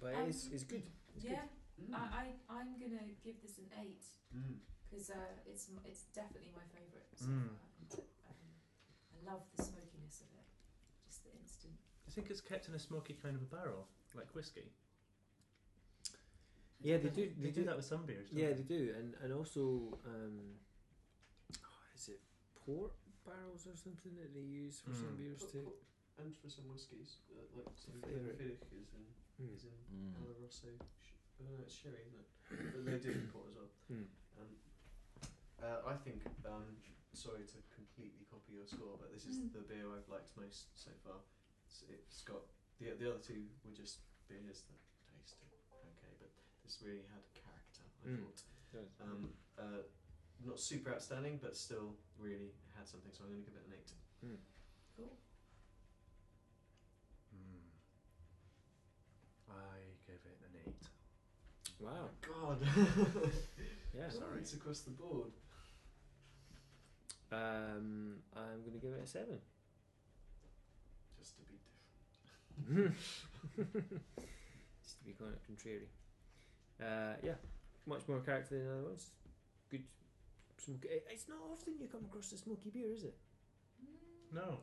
[SPEAKER 1] But
[SPEAKER 4] Um,
[SPEAKER 1] it's, it's good. It's
[SPEAKER 4] yeah,
[SPEAKER 2] Mm.
[SPEAKER 4] I, I I'm gonna give this an eight
[SPEAKER 2] Mm.
[SPEAKER 4] because uh, it's m- it's definitely my favourite. So
[SPEAKER 3] Mm.
[SPEAKER 4] far. Um, I love the smokiness of it, just the instant.
[SPEAKER 3] Do you think it's kept in a smoky kind of a barrel, like whiskey?
[SPEAKER 1] Yeah, they do. They,
[SPEAKER 3] They do that with some beers. don't
[SPEAKER 1] Yeah,
[SPEAKER 3] they?
[SPEAKER 1] they do, and and also, um, oh, is it port barrels or something that they use for some
[SPEAKER 3] Mm.
[SPEAKER 1] beers
[SPEAKER 2] But-
[SPEAKER 1] too?
[SPEAKER 2] but- And for some whiskies, uh, like some
[SPEAKER 1] favourite.
[SPEAKER 2] Fiddich is in
[SPEAKER 5] Hmm.
[SPEAKER 1] Mm.
[SPEAKER 2] is in Oloroso. Sh- oh no, it's sherry, isn't it? But they do import as well.
[SPEAKER 1] Mm.
[SPEAKER 2] Um, uh, I think, um, sorry to completely copy your score, but this is
[SPEAKER 4] Mm.
[SPEAKER 2] the beer I've liked most so far. It's, it's got the the other two were just beers that tasted okay, but this really had character. I
[SPEAKER 1] Mm.
[SPEAKER 2] thought. Um, uh, not super outstanding, but still really had something. So I'm going to give it an eight.
[SPEAKER 4] Cool.
[SPEAKER 3] Hmm.
[SPEAKER 1] Wow.
[SPEAKER 2] Oh God.
[SPEAKER 1] Yeah.
[SPEAKER 3] Sorry.
[SPEAKER 2] It's across the board.
[SPEAKER 1] Um, I'm gonna give it a seven.
[SPEAKER 2] Just to be different.
[SPEAKER 1] Just to be kind of contrary. Uh, yeah, much more character than the other ones. Good. Smoky. it- It's not often you come across a smoky beer, is it?
[SPEAKER 3] No.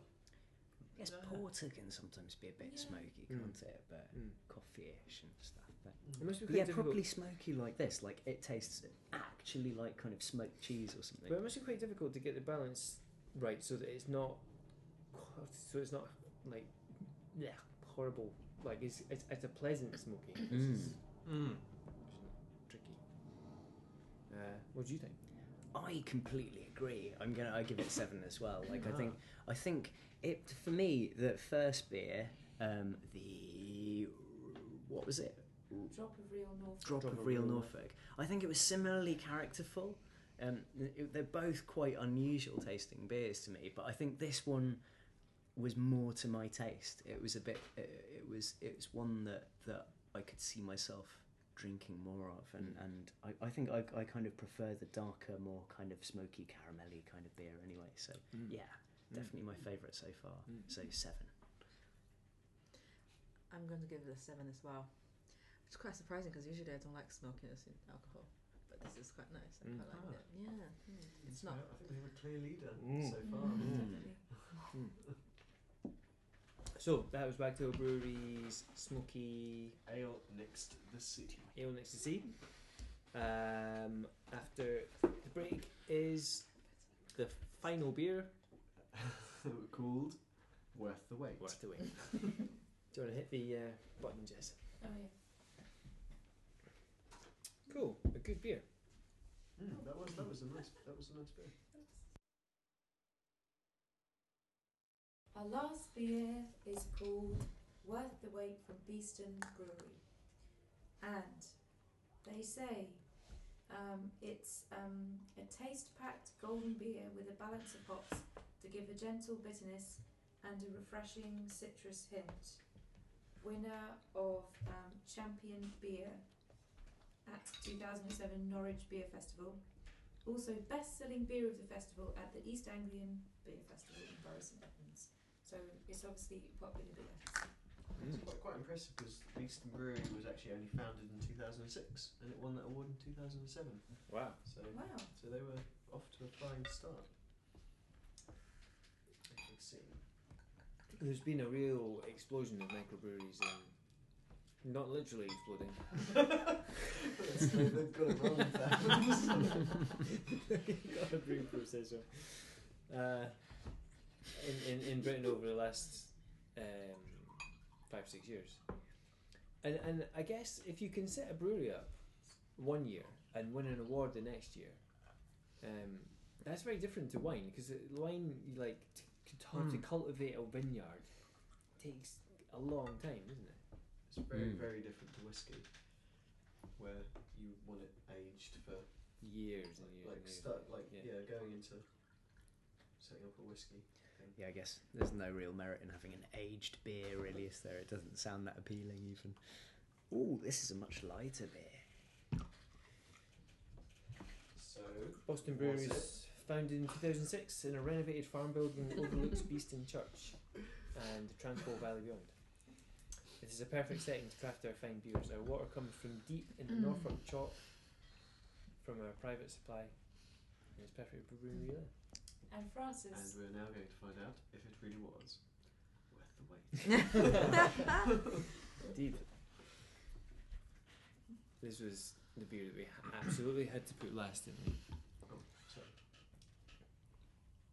[SPEAKER 5] Yes,
[SPEAKER 3] Yeah.
[SPEAKER 5] porter can sometimes be a bit
[SPEAKER 4] Mm, Yeah.
[SPEAKER 5] smoky,
[SPEAKER 1] Mm.
[SPEAKER 5] can't it? But
[SPEAKER 1] Mm.
[SPEAKER 5] coffee-ish and stuff. Hmm. But
[SPEAKER 1] It
[SPEAKER 2] Mm,
[SPEAKER 1] must be
[SPEAKER 5] yeah,
[SPEAKER 1] quite difficult.
[SPEAKER 5] probably smoky like this. Like it tastes actually like kind of smoked cheese or something.
[SPEAKER 1] But it must be quite difficult to get the balance right so that it's not, so it's not like, yeah, horrible. Like it's it's, it's a pleasant smoky.
[SPEAKER 5] Mm.
[SPEAKER 3] Mm.
[SPEAKER 1] Tricky. Uh, what do you think?
[SPEAKER 5] I completely agree. I'm gonna. I give it seven as well. Like I think. I think it for me the first beer, um, the what was it?
[SPEAKER 4] Drop of real North.
[SPEAKER 5] Drop, of Real Norfolk. I think it was similarly characterful. Um, it- they're both quite unusual tasting beers to me, but I think this one was more to my taste. It was a bit. It, it was. It was one that that I could see myself drinking more of, and
[SPEAKER 1] Mm.
[SPEAKER 5] and I, I think I, I kind of prefer the darker, more kind of smoky, caramelly kind of beer anyway. So
[SPEAKER 1] Mm.
[SPEAKER 5] yeah, definitely my favourite so far.
[SPEAKER 1] Mm.
[SPEAKER 5] So seven.
[SPEAKER 6] I'm going to give it a seven as well. Which is quite surprising because usually I don't like smoking as in alcohol, but this is quite nice. I
[SPEAKER 1] Mm.
[SPEAKER 6] quite like
[SPEAKER 2] Ah.
[SPEAKER 6] it. Yeah, mm. it's
[SPEAKER 2] I
[SPEAKER 6] not.
[SPEAKER 2] think we have a clear leader
[SPEAKER 1] Mm.
[SPEAKER 2] so far.
[SPEAKER 4] Mm,
[SPEAKER 5] Mm.
[SPEAKER 4] definitely.
[SPEAKER 1] So that was Wagtail Brewery's smoky
[SPEAKER 2] Ale next the city.
[SPEAKER 1] ale next to sea. Um, after the break is the final beer.
[SPEAKER 2] called Worth the Wait.
[SPEAKER 1] Worth the wait. Do you want to hit the uh, button, Jess?
[SPEAKER 4] Oh yeah.
[SPEAKER 1] Cool, a good beer.
[SPEAKER 2] Mm, that was that was a nice that was a nice bit.
[SPEAKER 4] Our last beer is called Worth the Wait from Beeston Brewery. And they say um, it's um, a taste packed golden beer with a balance of hops to give a gentle bitterness and a refreshing citrus hint. Winner of um, Champion Beer at 2007 Norwich Beer Festival. Also, best selling beer of the festival at the East Anglian Beer Festival in Boris and Edmonds. So it's obviously popular beer.
[SPEAKER 1] Mm.
[SPEAKER 2] It's quite, quite impressive because Beeston Brewery was actually only founded in 2006 and it won that award in 2007.
[SPEAKER 1] Wow.
[SPEAKER 2] So
[SPEAKER 4] Wow.
[SPEAKER 2] so they were off to a flying start. I can see.
[SPEAKER 1] There's been a real explosion of microbreweries, um, not literally exploding.
[SPEAKER 2] That's- they've got it wrong.
[SPEAKER 1] Got a brewing process wrong. Uh, in, in, in Britain over the last um, five, six years. And, and I guess if you can set a brewery up one year and win an award the next year, um, that's very different to wine because wine, you like t- to, to
[SPEAKER 3] Mm.
[SPEAKER 1] cultivate a vineyard takes a long time, doesn't it?
[SPEAKER 2] It's very,
[SPEAKER 5] Mm.
[SPEAKER 2] very different to whiskey, where you want it aged for
[SPEAKER 1] Years and years.
[SPEAKER 2] like, like
[SPEAKER 1] and years.
[SPEAKER 2] start like
[SPEAKER 1] Yeah.
[SPEAKER 2] yeah. going into setting up a whiskey.
[SPEAKER 5] Yeah, I guess there's no real merit in having an aged beer, really, is there? It doesn't sound that appealing, even. Ooh, this is a much lighter beer.
[SPEAKER 2] So
[SPEAKER 1] Boston
[SPEAKER 2] What's
[SPEAKER 1] Breweries, founded in 2006 in a renovated farm building that overlooks Beeston Church and the Transvaal Valley beyond. It is a perfect setting to craft our fine beers. Our water comes from deep in the
[SPEAKER 4] Mm.
[SPEAKER 1] Norfolk chalk from our private supply. And it's perfect for brewing really.
[SPEAKER 4] And
[SPEAKER 2] and
[SPEAKER 4] Francis,
[SPEAKER 2] we're now going to find out if it really was worth the wait.
[SPEAKER 1] Indeed. This was the beer that we ha- absolutely had to put last, didn't we?
[SPEAKER 2] Sorry,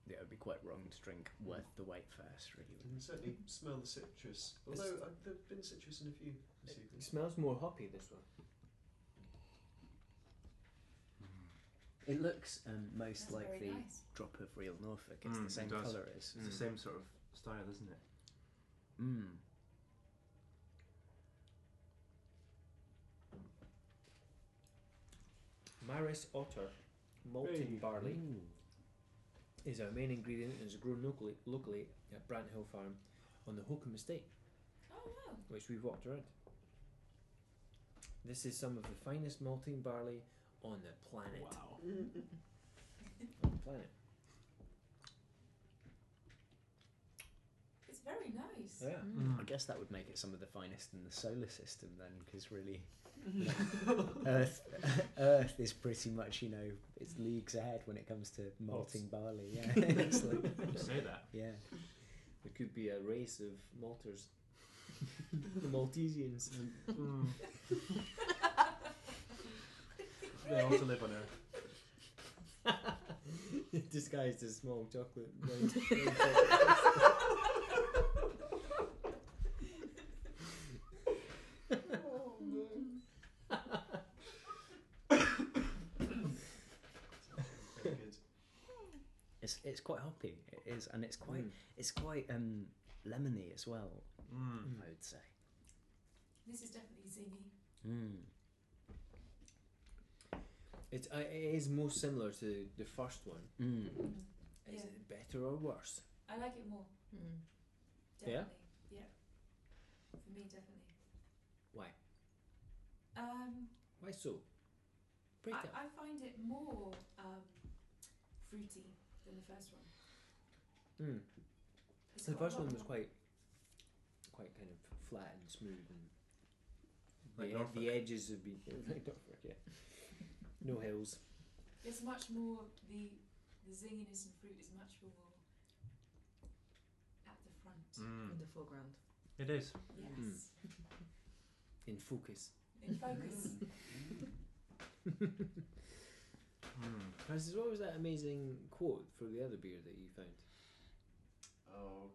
[SPEAKER 5] Yeah, it would be quite wrong to drink worth the wait first, really.
[SPEAKER 2] you can certainly smell the citrus. Although uh, there've been citrus in a few this
[SPEAKER 1] It
[SPEAKER 2] evening.
[SPEAKER 1] smells more hoppy, this one.
[SPEAKER 5] It looks um, most
[SPEAKER 4] that's
[SPEAKER 5] like
[SPEAKER 4] very
[SPEAKER 5] the
[SPEAKER 4] nice.
[SPEAKER 5] drop of real Norfolk. It's
[SPEAKER 3] Mm,
[SPEAKER 5] the
[SPEAKER 3] it
[SPEAKER 5] same
[SPEAKER 3] does.
[SPEAKER 5] colour as.
[SPEAKER 3] It's the same sort of style, isn't it?
[SPEAKER 5] Mm.
[SPEAKER 1] Maris Otter, malted
[SPEAKER 2] Hey.
[SPEAKER 1] barley.
[SPEAKER 5] Ooh.
[SPEAKER 1] is our main ingredient and is grown locally, locally at Brant Hill Farm on the Holcombe Estate,
[SPEAKER 4] Oh wow.
[SPEAKER 1] which we've walked around. This is some of the finest malting barley on the planet.
[SPEAKER 3] Wow.
[SPEAKER 1] On the planet.
[SPEAKER 4] It's very nice.
[SPEAKER 1] Oh, Yeah.
[SPEAKER 5] I guess that would make it some of the finest in the solar system then, because really, Earth, Earth is pretty much you know it's leagues ahead when it comes to malting barley. Yeah, it's like,
[SPEAKER 3] You say that.
[SPEAKER 5] yeah.
[SPEAKER 1] There could be a race of malters. the Maltesians.
[SPEAKER 3] Hmm. They also live on Earth.
[SPEAKER 1] Disguised as small chocolate.
[SPEAKER 4] Oh,
[SPEAKER 2] Very good.
[SPEAKER 5] It's it's quite hoppy. It is, and it's quite it's quite um lemony as well.
[SPEAKER 3] Mm.
[SPEAKER 1] Hmm.
[SPEAKER 5] I would say.
[SPEAKER 4] This is definitely zingy.
[SPEAKER 5] Mm.
[SPEAKER 1] It, I- it is most similar to the first one.
[SPEAKER 5] Mm.
[SPEAKER 1] Is
[SPEAKER 4] Yeah.
[SPEAKER 1] it better or worse?
[SPEAKER 4] I like it more.
[SPEAKER 6] Mm.
[SPEAKER 1] Yeah?
[SPEAKER 4] Definitely. Yeah. For me, definitely.
[SPEAKER 1] Why?
[SPEAKER 4] Um,
[SPEAKER 1] Why so? Break it.
[SPEAKER 4] I, I find it more um, fruity than the first one.
[SPEAKER 1] Mm.
[SPEAKER 4] It's
[SPEAKER 1] So the
[SPEAKER 4] got a
[SPEAKER 1] first
[SPEAKER 4] lot
[SPEAKER 1] one was
[SPEAKER 4] more-
[SPEAKER 1] quite, quite kind of flat and smooth, and
[SPEAKER 3] Like
[SPEAKER 1] the,
[SPEAKER 3] Norfolk.
[SPEAKER 1] the edges have been like Norfolk, yeah. No hills.
[SPEAKER 4] It's much more the the zinginess and fruit is much more at the front.
[SPEAKER 3] Mm.
[SPEAKER 5] Hmm.
[SPEAKER 6] In the foreground.
[SPEAKER 3] It is.
[SPEAKER 4] Yes,
[SPEAKER 1] in focus.
[SPEAKER 4] in focus.
[SPEAKER 3] Mm.
[SPEAKER 1] Francis, what was that amazing quote for the other beer that you found?
[SPEAKER 2] Oh,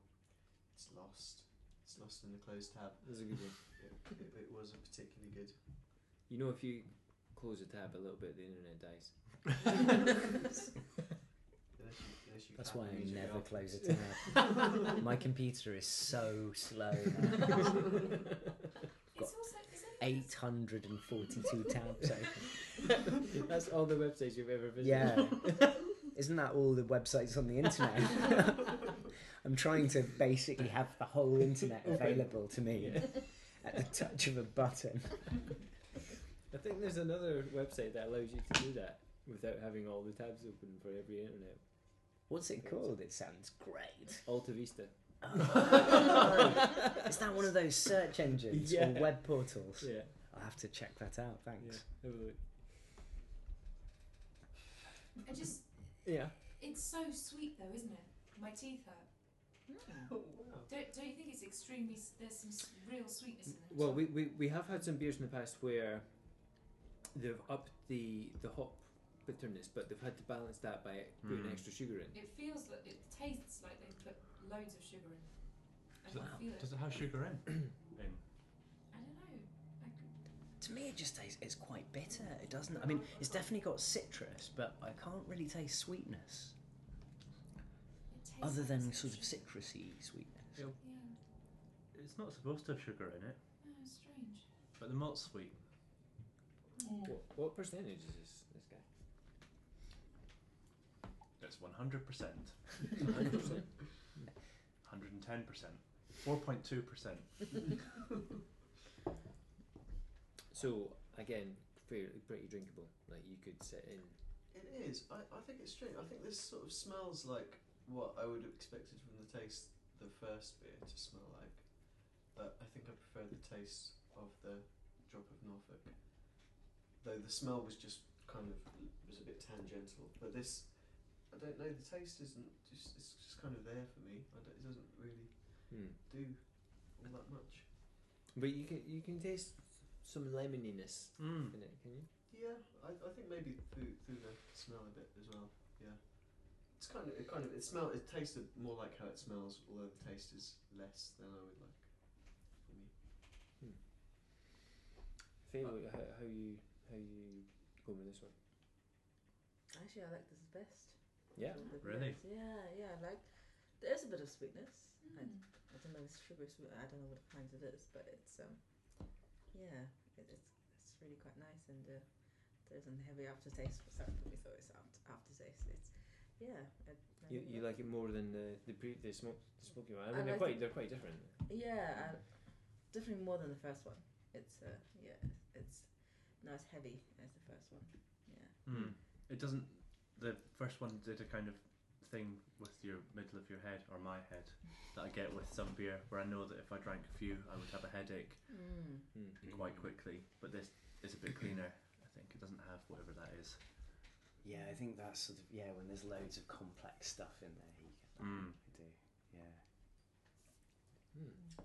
[SPEAKER 2] it's lost. It's lost in the closed tab.
[SPEAKER 1] That was a good one.
[SPEAKER 2] It, it, it wasn't particularly good.
[SPEAKER 1] You know, if you close a tab a little bit, the internet dies.
[SPEAKER 2] Unless you, unless you
[SPEAKER 5] That's
[SPEAKER 2] clap
[SPEAKER 5] why I
[SPEAKER 2] immediately
[SPEAKER 5] never
[SPEAKER 2] after.
[SPEAKER 5] close it tab. My computer is so slow.
[SPEAKER 4] it's also is it
[SPEAKER 5] Eight hundred and forty-two tabs open.
[SPEAKER 1] That's all the websites you've ever visited.
[SPEAKER 5] Yeah. Isn't that all the websites on the internet? I'm trying to basically have the whole internet available to me at the touch of a button.
[SPEAKER 1] I think there's another website that allows you to do that without having all the tabs open for every internet.
[SPEAKER 5] What's it called? It sounds great.
[SPEAKER 1] Alta Vista.
[SPEAKER 5] Is that one of those search engines
[SPEAKER 1] Yeah.
[SPEAKER 5] or web portals?
[SPEAKER 1] Yeah.
[SPEAKER 5] I'll have to check that out,
[SPEAKER 1] Yeah.
[SPEAKER 5] thanks.
[SPEAKER 1] Have a look.
[SPEAKER 4] I just
[SPEAKER 1] Yeah.
[SPEAKER 4] it's so sweet though, isn't it? My teeth hurt.
[SPEAKER 2] Oh, wow.
[SPEAKER 4] Don't, don't you think it's extremely? s- There's some s- real sweetness in it.
[SPEAKER 1] Well, we, we, we have had some beers in the past where they've upped the, the hop bitterness, but they've had to balance that by putting
[SPEAKER 3] Mm.
[SPEAKER 1] extra sugar in.
[SPEAKER 4] It feels like it tastes like they put loads of sugar in. I can
[SPEAKER 3] Wow.
[SPEAKER 4] feel it.
[SPEAKER 3] Does it have sugar in? in?
[SPEAKER 4] I don't know. I could,
[SPEAKER 5] To me, it just tastes it's quite bitter. It doesn't. I mean, it's definitely got citrus, but I can't really taste sweetness
[SPEAKER 4] it tastes
[SPEAKER 5] other
[SPEAKER 4] like
[SPEAKER 5] than
[SPEAKER 4] some
[SPEAKER 5] sort of
[SPEAKER 4] sugar.
[SPEAKER 5] citrusy sweetness.
[SPEAKER 4] Yeah.
[SPEAKER 3] It's not supposed to have sugar in it,
[SPEAKER 4] Oh, strange.
[SPEAKER 3] but the malt's sweet.
[SPEAKER 2] Oh.
[SPEAKER 1] What, what percentage is this, this guy?
[SPEAKER 3] That's 100%.
[SPEAKER 1] 100%?
[SPEAKER 3] 110%. 4.2%.
[SPEAKER 1] so, again, fairly, pretty drinkable. Like, you could sit in.
[SPEAKER 2] It is. I, I think it's strange. I think this sort of smells like what I would have expected from the taste the first beer to smell like. But I think I prefer the taste of the drop of Norfolk. Though the smell was just kind of was a bit tangential. But this, I don't know. The taste isn't just. It's just kind of there for me. I don't, it doesn't really
[SPEAKER 1] Hmm.
[SPEAKER 2] do all that much.
[SPEAKER 1] But you can, you can taste some lemoniness
[SPEAKER 3] Mm.
[SPEAKER 1] in it, can you?
[SPEAKER 2] Yeah, I, I think maybe through through the smell a bit as well. Yeah, it's kind of it kind of it smell it tasted more like how it smells, although the taste is less than I would like. For me,
[SPEAKER 1] Faye, wh- how, how you how you going with this one?
[SPEAKER 6] Actually, I like this best.
[SPEAKER 1] Yeah.
[SPEAKER 6] With the
[SPEAKER 3] Really?
[SPEAKER 6] best. Yeah, yeah. I Like there is a bit of sweetness. I,
[SPEAKER 4] Mm.
[SPEAKER 6] I don't know. It's sugar. Sweet, I don't know what kind it is, but it's um, yeah. It, it's it's really quite nice, and uh, there isn't heavy aftertaste. Sorry, we thought it's after, aftertaste. It's yeah. I, I
[SPEAKER 1] You,
[SPEAKER 6] really
[SPEAKER 1] you like it more than the the, pre, the, smoke, the smoky one? I
[SPEAKER 6] I
[SPEAKER 1] mean, they're
[SPEAKER 6] like
[SPEAKER 1] quite
[SPEAKER 6] it.
[SPEAKER 1] they're quite different.
[SPEAKER 6] Yeah, I, definitely more than the first one. It's uh, yeah, it's not as heavy as the first one. Yeah.
[SPEAKER 3] Mm. It doesn't. The first one did a kind of thing with your middle of your head or my head that I get with some beer, where I know that if I drank a few, I would have a headache
[SPEAKER 1] Hmm.
[SPEAKER 6] Mm.
[SPEAKER 3] quite quickly. But this is a bit cleaner. I think it doesn't have whatever that is.
[SPEAKER 5] Yeah, I think that's sort of yeah. When there's loads of complex stuff in there, you get that.
[SPEAKER 3] Mm.
[SPEAKER 5] I do. Yeah.
[SPEAKER 1] Hmm.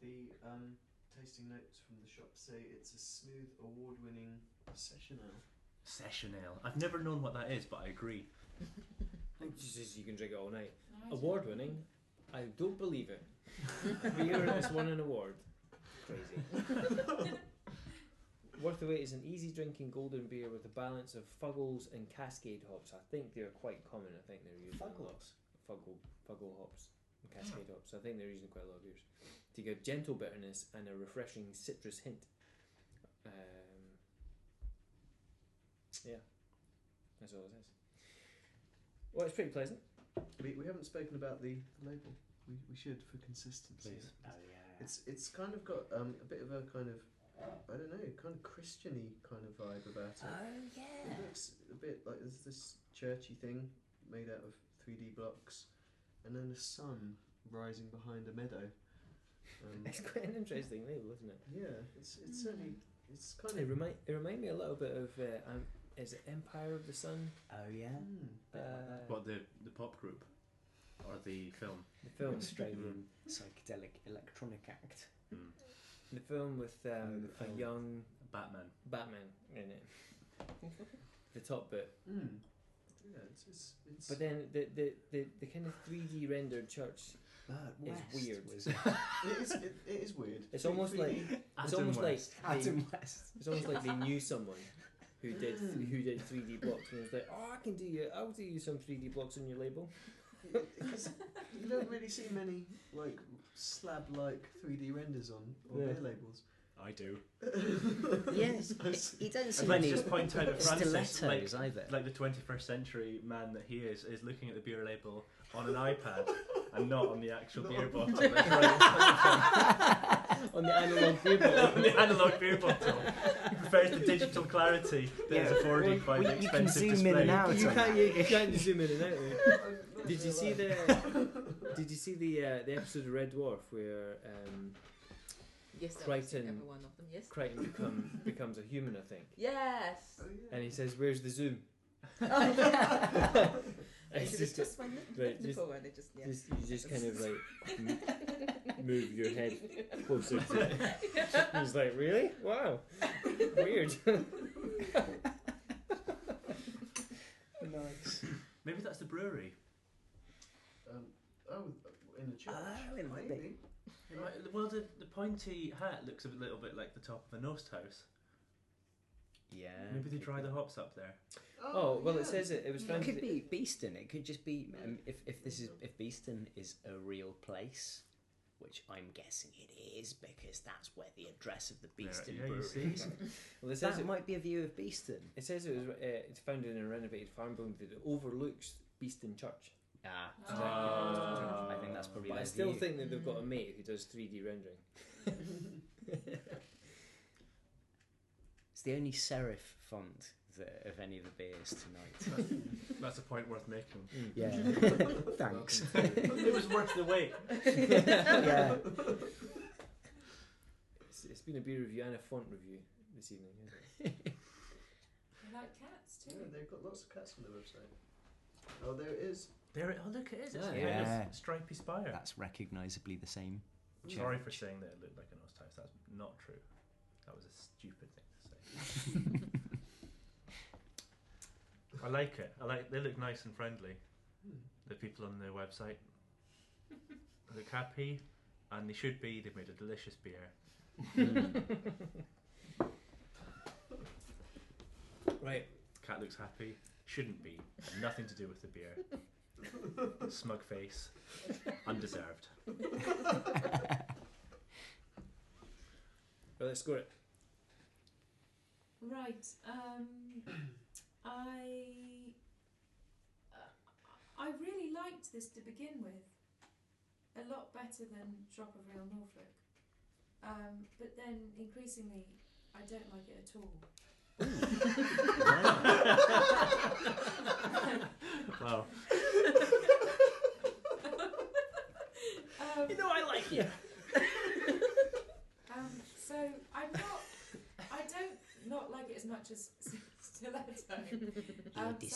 [SPEAKER 2] The um, tasting notes from the shop say it's a smooth, award-winning session ale.
[SPEAKER 3] Session ale. I've never known what that is, but I agree.
[SPEAKER 1] Just as you can drink it all night.
[SPEAKER 4] Right.
[SPEAKER 1] Award winning? I don't believe it. Beer has won an award. Crazy. Worth the Wait is an easy drinking golden beer with a balance of fuggles and cascade hops. I think they're quite common. I think they're used. in a lot- Fuggle, fuggle hops and cascade hops. I think they're using quite a lot of beers. To give gentle bitterness and a refreshing citrus hint. Um, yeah. That's all it says. Well, it's pretty pleasant.
[SPEAKER 2] We, we haven't spoken about the label. We, we should for consistency.
[SPEAKER 3] Please.
[SPEAKER 5] Oh yeah.
[SPEAKER 2] It's it's kind of got um, a bit of a kind of I don't know, kind of Christiany kind of vibe about
[SPEAKER 5] oh
[SPEAKER 2] it.
[SPEAKER 5] yeah.
[SPEAKER 2] It looks a bit like there's this churchy thing made out of 3D blocks, and then a sun rising behind a meadow. Um,
[SPEAKER 1] It's quite an interesting label, isn't it?
[SPEAKER 2] yeah, it's it's certainly it's kind
[SPEAKER 1] Hmm. It
[SPEAKER 2] of. hmm.
[SPEAKER 1] remind it remind me a little bit of uh, um, is it Empire of the Sun?
[SPEAKER 5] Oh yeah.
[SPEAKER 2] Mm.
[SPEAKER 1] Uh,
[SPEAKER 3] What the the pop group or the film?
[SPEAKER 1] the film?
[SPEAKER 5] Australian psychedelic electronic act.
[SPEAKER 3] Mm.
[SPEAKER 1] The film with um,
[SPEAKER 2] the film.
[SPEAKER 1] a young
[SPEAKER 3] Batman.
[SPEAKER 1] Batman in it. the top bit,
[SPEAKER 2] Mm. Yeah, it's it's. it's
[SPEAKER 1] but then the the, the, the kind of three D rendered church.
[SPEAKER 5] But
[SPEAKER 1] It's
[SPEAKER 5] West
[SPEAKER 1] weird.
[SPEAKER 5] Was
[SPEAKER 2] it is it, it is weird.
[SPEAKER 1] It's almost like it's
[SPEAKER 3] Adam
[SPEAKER 1] almost
[SPEAKER 3] West.
[SPEAKER 1] like they,
[SPEAKER 5] Adam West.
[SPEAKER 1] it's almost like they knew someone who did
[SPEAKER 2] Mm.
[SPEAKER 1] who did three D blocks and was like, oh, I can do you, I'll do you some three D blocks on your label.
[SPEAKER 2] Because you don't really see many like slab-like 3D renders on on
[SPEAKER 1] Yeah.
[SPEAKER 2] beer labels.
[SPEAKER 3] I do.
[SPEAKER 5] Yes,
[SPEAKER 2] I see.
[SPEAKER 5] you don't see
[SPEAKER 3] And let's
[SPEAKER 5] many
[SPEAKER 3] just point out that Francis, like,
[SPEAKER 5] stilettos either.
[SPEAKER 3] like the 21st century man that he is, is looking at the beer label on an iPad and not on the actual beer bottle. That's right.
[SPEAKER 1] on the analog label.
[SPEAKER 3] on the analog beer bottle. He prefers the digital clarity that is
[SPEAKER 5] Yeah.
[SPEAKER 3] afforded by
[SPEAKER 5] We-
[SPEAKER 3] the
[SPEAKER 5] you can
[SPEAKER 3] expensive
[SPEAKER 5] zoom in
[SPEAKER 3] display.
[SPEAKER 5] and out.
[SPEAKER 1] You
[SPEAKER 5] Outside.
[SPEAKER 1] can't, you can't zoom in and out. There.
[SPEAKER 2] I'm not
[SPEAKER 1] Did you
[SPEAKER 2] sure
[SPEAKER 1] see
[SPEAKER 2] why.
[SPEAKER 1] the Did you see the uh, the episode of Red Dwarf where um,
[SPEAKER 6] Yes, I've
[SPEAKER 1] Crichton-
[SPEAKER 6] seen every one of them. Yes.
[SPEAKER 1] Crichton become, becomes a human, I think,
[SPEAKER 6] Yes.
[SPEAKER 2] Oh, yeah.
[SPEAKER 1] and he says, "Where's the zoom?"
[SPEAKER 6] They
[SPEAKER 1] It's
[SPEAKER 6] should have
[SPEAKER 1] just,
[SPEAKER 6] just one
[SPEAKER 1] right,
[SPEAKER 6] the
[SPEAKER 1] just-
[SPEAKER 6] poor one. They just yeah.
[SPEAKER 1] just- you just kind of like m- move your head closer. To it. He's like, "Really? Wow, weird."
[SPEAKER 5] nice.
[SPEAKER 3] Maybe that's the brewery.
[SPEAKER 2] Um, oh, in the church.
[SPEAKER 1] Ah,
[SPEAKER 5] Oh, in the
[SPEAKER 2] maybe.
[SPEAKER 5] big-
[SPEAKER 3] It might- well, the, the pointy hat looks a little bit like the top of a nost house.
[SPEAKER 5] Yeah.
[SPEAKER 3] Maybe they dry the hops up there.
[SPEAKER 1] Oh well,
[SPEAKER 2] yeah.
[SPEAKER 1] it says it. It was
[SPEAKER 5] It
[SPEAKER 1] found.
[SPEAKER 5] could be Beeston. It could just be um, if if this is if Beeston is a real place, which I'm guessing it is because that's where the address of the
[SPEAKER 3] Yeah,
[SPEAKER 5] Beeston
[SPEAKER 3] yeah, you
[SPEAKER 5] brewery
[SPEAKER 3] see.
[SPEAKER 5] is.
[SPEAKER 1] Well, it says
[SPEAKER 5] that
[SPEAKER 1] it,
[SPEAKER 5] might be a view of Beeston.
[SPEAKER 1] it says it was uh, it's founded in a renovated farm building that overlooks Beeston Church.
[SPEAKER 5] Ah,
[SPEAKER 4] Oh.
[SPEAKER 2] Uh,
[SPEAKER 3] Uh,
[SPEAKER 5] I think that's probably.
[SPEAKER 1] But I
[SPEAKER 5] their
[SPEAKER 1] still
[SPEAKER 5] view.
[SPEAKER 1] think that they've got a mate who does 3D rendering.
[SPEAKER 5] it's the only serif font that, of any of the beers tonight.
[SPEAKER 3] That's, that's a point worth making.
[SPEAKER 5] yeah. Thanks.
[SPEAKER 3] It was worth the wait.
[SPEAKER 5] yeah.
[SPEAKER 1] It's, it's been a beer review and a font review this evening. Isn't it?
[SPEAKER 4] They like cats
[SPEAKER 2] Yeah,
[SPEAKER 4] too.
[SPEAKER 2] they've got lots of cats on their website. Oh, there it is.
[SPEAKER 3] There it, oh, look, it is. It's
[SPEAKER 1] Yeah.
[SPEAKER 3] a kind
[SPEAKER 5] Yeah.
[SPEAKER 3] of stripy spire.
[SPEAKER 5] That's recognisably the same.
[SPEAKER 3] Sorry for saying that it looked like an old house. That's not true. That was a stupid thing to say. I like it. I like. They look nice and friendly. The people on their website They look happy, and they should be. They've made a delicious beer.
[SPEAKER 1] Right.
[SPEAKER 3] Cat looks happy. Shouldn't be. Nothing to do with the beer. Smug face. Undeserved.
[SPEAKER 1] Well, let's score it.
[SPEAKER 4] Right. Um, I uh, I really liked this to begin with, a lot better than Drop of Real Norfolk. Um, but then increasingly, I don't like it at all.
[SPEAKER 3] wow.
[SPEAKER 4] Um,
[SPEAKER 5] You know I like you.
[SPEAKER 4] um, so I'm not. I don't not like it as much as stiletto. Um, so I'm-
[SPEAKER 5] me.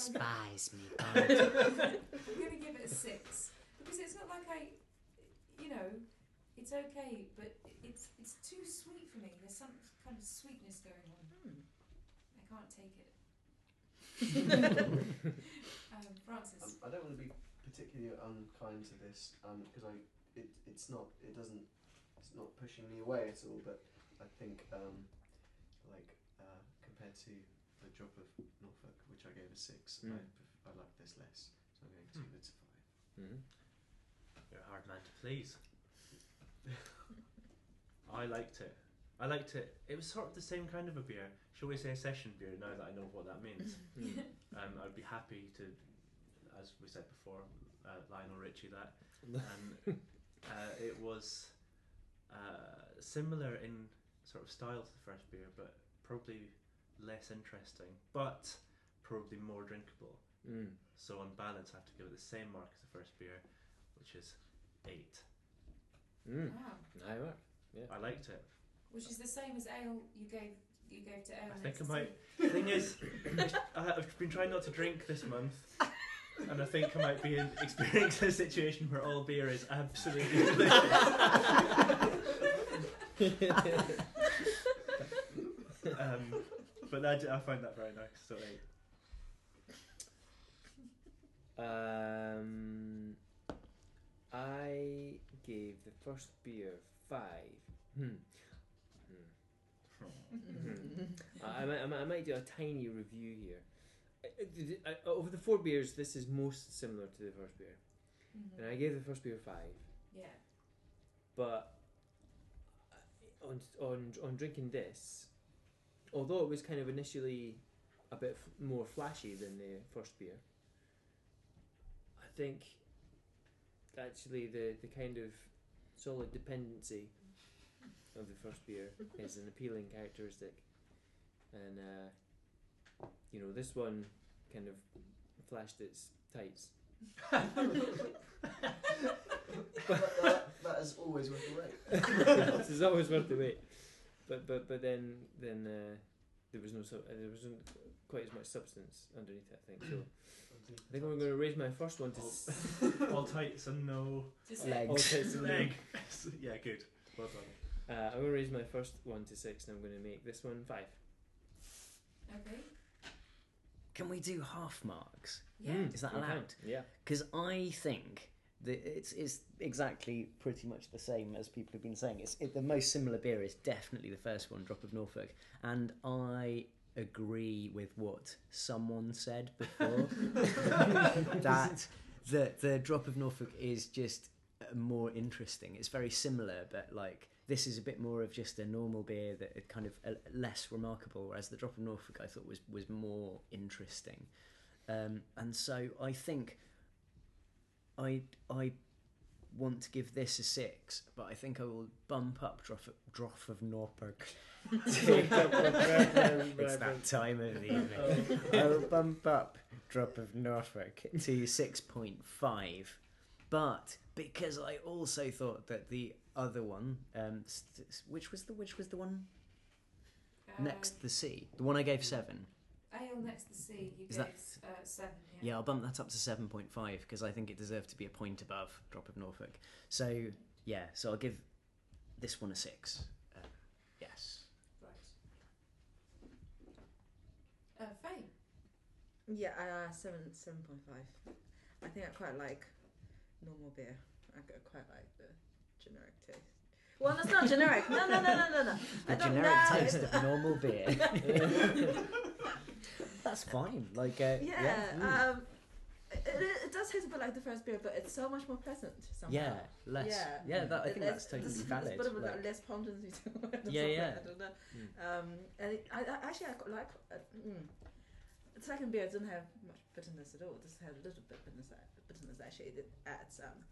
[SPEAKER 4] I'm going to give it a six because it's not like I, you know, it's okay, but it's it's too sweet for me. There's some kind of sweetness going on.
[SPEAKER 6] Hmm.
[SPEAKER 4] I can't take it. um,
[SPEAKER 2] Um,
[SPEAKER 4] Francis,
[SPEAKER 2] I don't want to be particularly unkind to this because I it, it's not it doesn't it's not pushing me away at all. But I think um, like uh, compared to the drop of Norfolk, which I gave a six, I,
[SPEAKER 1] Mm.
[SPEAKER 2] pref- I like this less, so I'm going to give it a five.
[SPEAKER 1] Mhm.
[SPEAKER 3] You're a hard man to please. I liked it. I liked it. It was sort of the same kind of a beer. Shall we say a session beer now that I know what that means?
[SPEAKER 1] Mm.
[SPEAKER 3] Um, I'd be happy to, as we said before, uh, Lionel Richie that. Um, uh, it was uh, similar in sort of style to the first beer, but probably less interesting, but probably more drinkable.
[SPEAKER 1] Mm.
[SPEAKER 3] So on balance, I have to give it the same mark as the first beer, which is eight.
[SPEAKER 1] Mm.
[SPEAKER 4] wow,
[SPEAKER 1] Aye, right.
[SPEAKER 3] I liked it.
[SPEAKER 4] which is the same as ale you gave you gave to ale.
[SPEAKER 3] I think I
[SPEAKER 4] Ecstasy.
[SPEAKER 3] might. The thing is, I- I've been trying not to drink this month, and I think I might be in, experiencing a situation where all beer is absolutely delicious. um, but I, d- I find that very nice. So eight.
[SPEAKER 1] Um, I gave the first beer five. Hmm. Hmm. Mm-hmm. I, I, might, I might- I might do a tiny review here. I- I- th- I- Over the four beers, this is most similar to the first beer,
[SPEAKER 4] Mhm.
[SPEAKER 1] and I gave the first beer five.
[SPEAKER 4] Yeah.
[SPEAKER 1] But uh, on on on drinking this, although it was kind of initially a bit f- more flashy than the first beer, I think actually the the kind of solid dependency of the first beer is an appealing characteristic, and uh, you know this one kind of flashed its tights.
[SPEAKER 2] that, that, that has always worth the wait.
[SPEAKER 1] this is always worth the wait. But but but then then uh, there was no sub- uh, there wasn't quite as much substance underneath it. I think so. I think I'm going to raise my first one to s-
[SPEAKER 3] All tights and no
[SPEAKER 4] Just
[SPEAKER 1] all tits and
[SPEAKER 3] egg. yeah, good. Well done.
[SPEAKER 1] Uh, I'm going to raise my first one to six, and I'm going to make this one five.
[SPEAKER 4] Okay.
[SPEAKER 5] Can we do half marks?
[SPEAKER 4] Yeah.
[SPEAKER 1] Mm,
[SPEAKER 5] Is that
[SPEAKER 1] okay.
[SPEAKER 5] allowed?
[SPEAKER 1] Yeah.
[SPEAKER 5] Because I think that it's, it's exactly pretty much the same as people have been saying. It's it, the most similar beer is definitely the first one, Drop of Norfolk, and I agree with what someone said before that the the Drop of Norfolk is just uh, more interesting. It's very similar, but like. This is a bit more of just a normal beer that it kind of uh, less remarkable, whereas the Drop of Norfolk I thought was was more interesting, um, and so I think I I want to give this a six, but I think I will bump up Droff, Droff of Norfolk. it's that time of the
[SPEAKER 3] Um,
[SPEAKER 5] evening. I will bump up Drop of Norfolk to six point five, but because I also thought that the other one, um, st- s- which was the which was the one
[SPEAKER 4] Uh,
[SPEAKER 5] next the C, the one I gave seven.
[SPEAKER 4] Ale next to sea. You
[SPEAKER 5] Is
[SPEAKER 4] gave
[SPEAKER 5] that-
[SPEAKER 4] uh, seven.
[SPEAKER 5] Yeah, I'll bump that up to 7.5 because I think it deserved to be a point above Drop of Norfolk. So, yeah, so I'll give this one a 6. Uh, yes.
[SPEAKER 4] Right. Uh, Faye.
[SPEAKER 6] Yeah, uh, seven seven point five. I think I quite like normal beer. I g- quite like the generic taste. Well, that's not generic. No, no, no, no, no, no.
[SPEAKER 5] The
[SPEAKER 6] I don't
[SPEAKER 5] generic
[SPEAKER 6] know.
[SPEAKER 5] taste
[SPEAKER 6] It's-
[SPEAKER 5] of normal beer. That's fine. Like, uh, yeah.
[SPEAKER 6] Yeah.
[SPEAKER 5] mm.
[SPEAKER 6] Um, it, it it does taste a bit like the first beer, but it's so much more pleasant somehow.
[SPEAKER 5] yeah, less. Yeah,
[SPEAKER 6] um, Yeah.
[SPEAKER 5] that, I
[SPEAKER 6] It-
[SPEAKER 5] think
[SPEAKER 6] it's-
[SPEAKER 5] that's totally
[SPEAKER 6] it's-
[SPEAKER 5] valid.
[SPEAKER 6] It's a bit of a
[SPEAKER 5] like-
[SPEAKER 6] less pondency to it. or
[SPEAKER 5] Yeah,
[SPEAKER 6] something,
[SPEAKER 5] yeah. Hmm.
[SPEAKER 6] I don't know.
[SPEAKER 1] Mm.
[SPEAKER 6] Um, and it, I, I actually I quite like. Uh, mm, the second beer doesn't have much bitterness at all. It just had a little bit bitterness. uh, Bitterness actually, it adds um,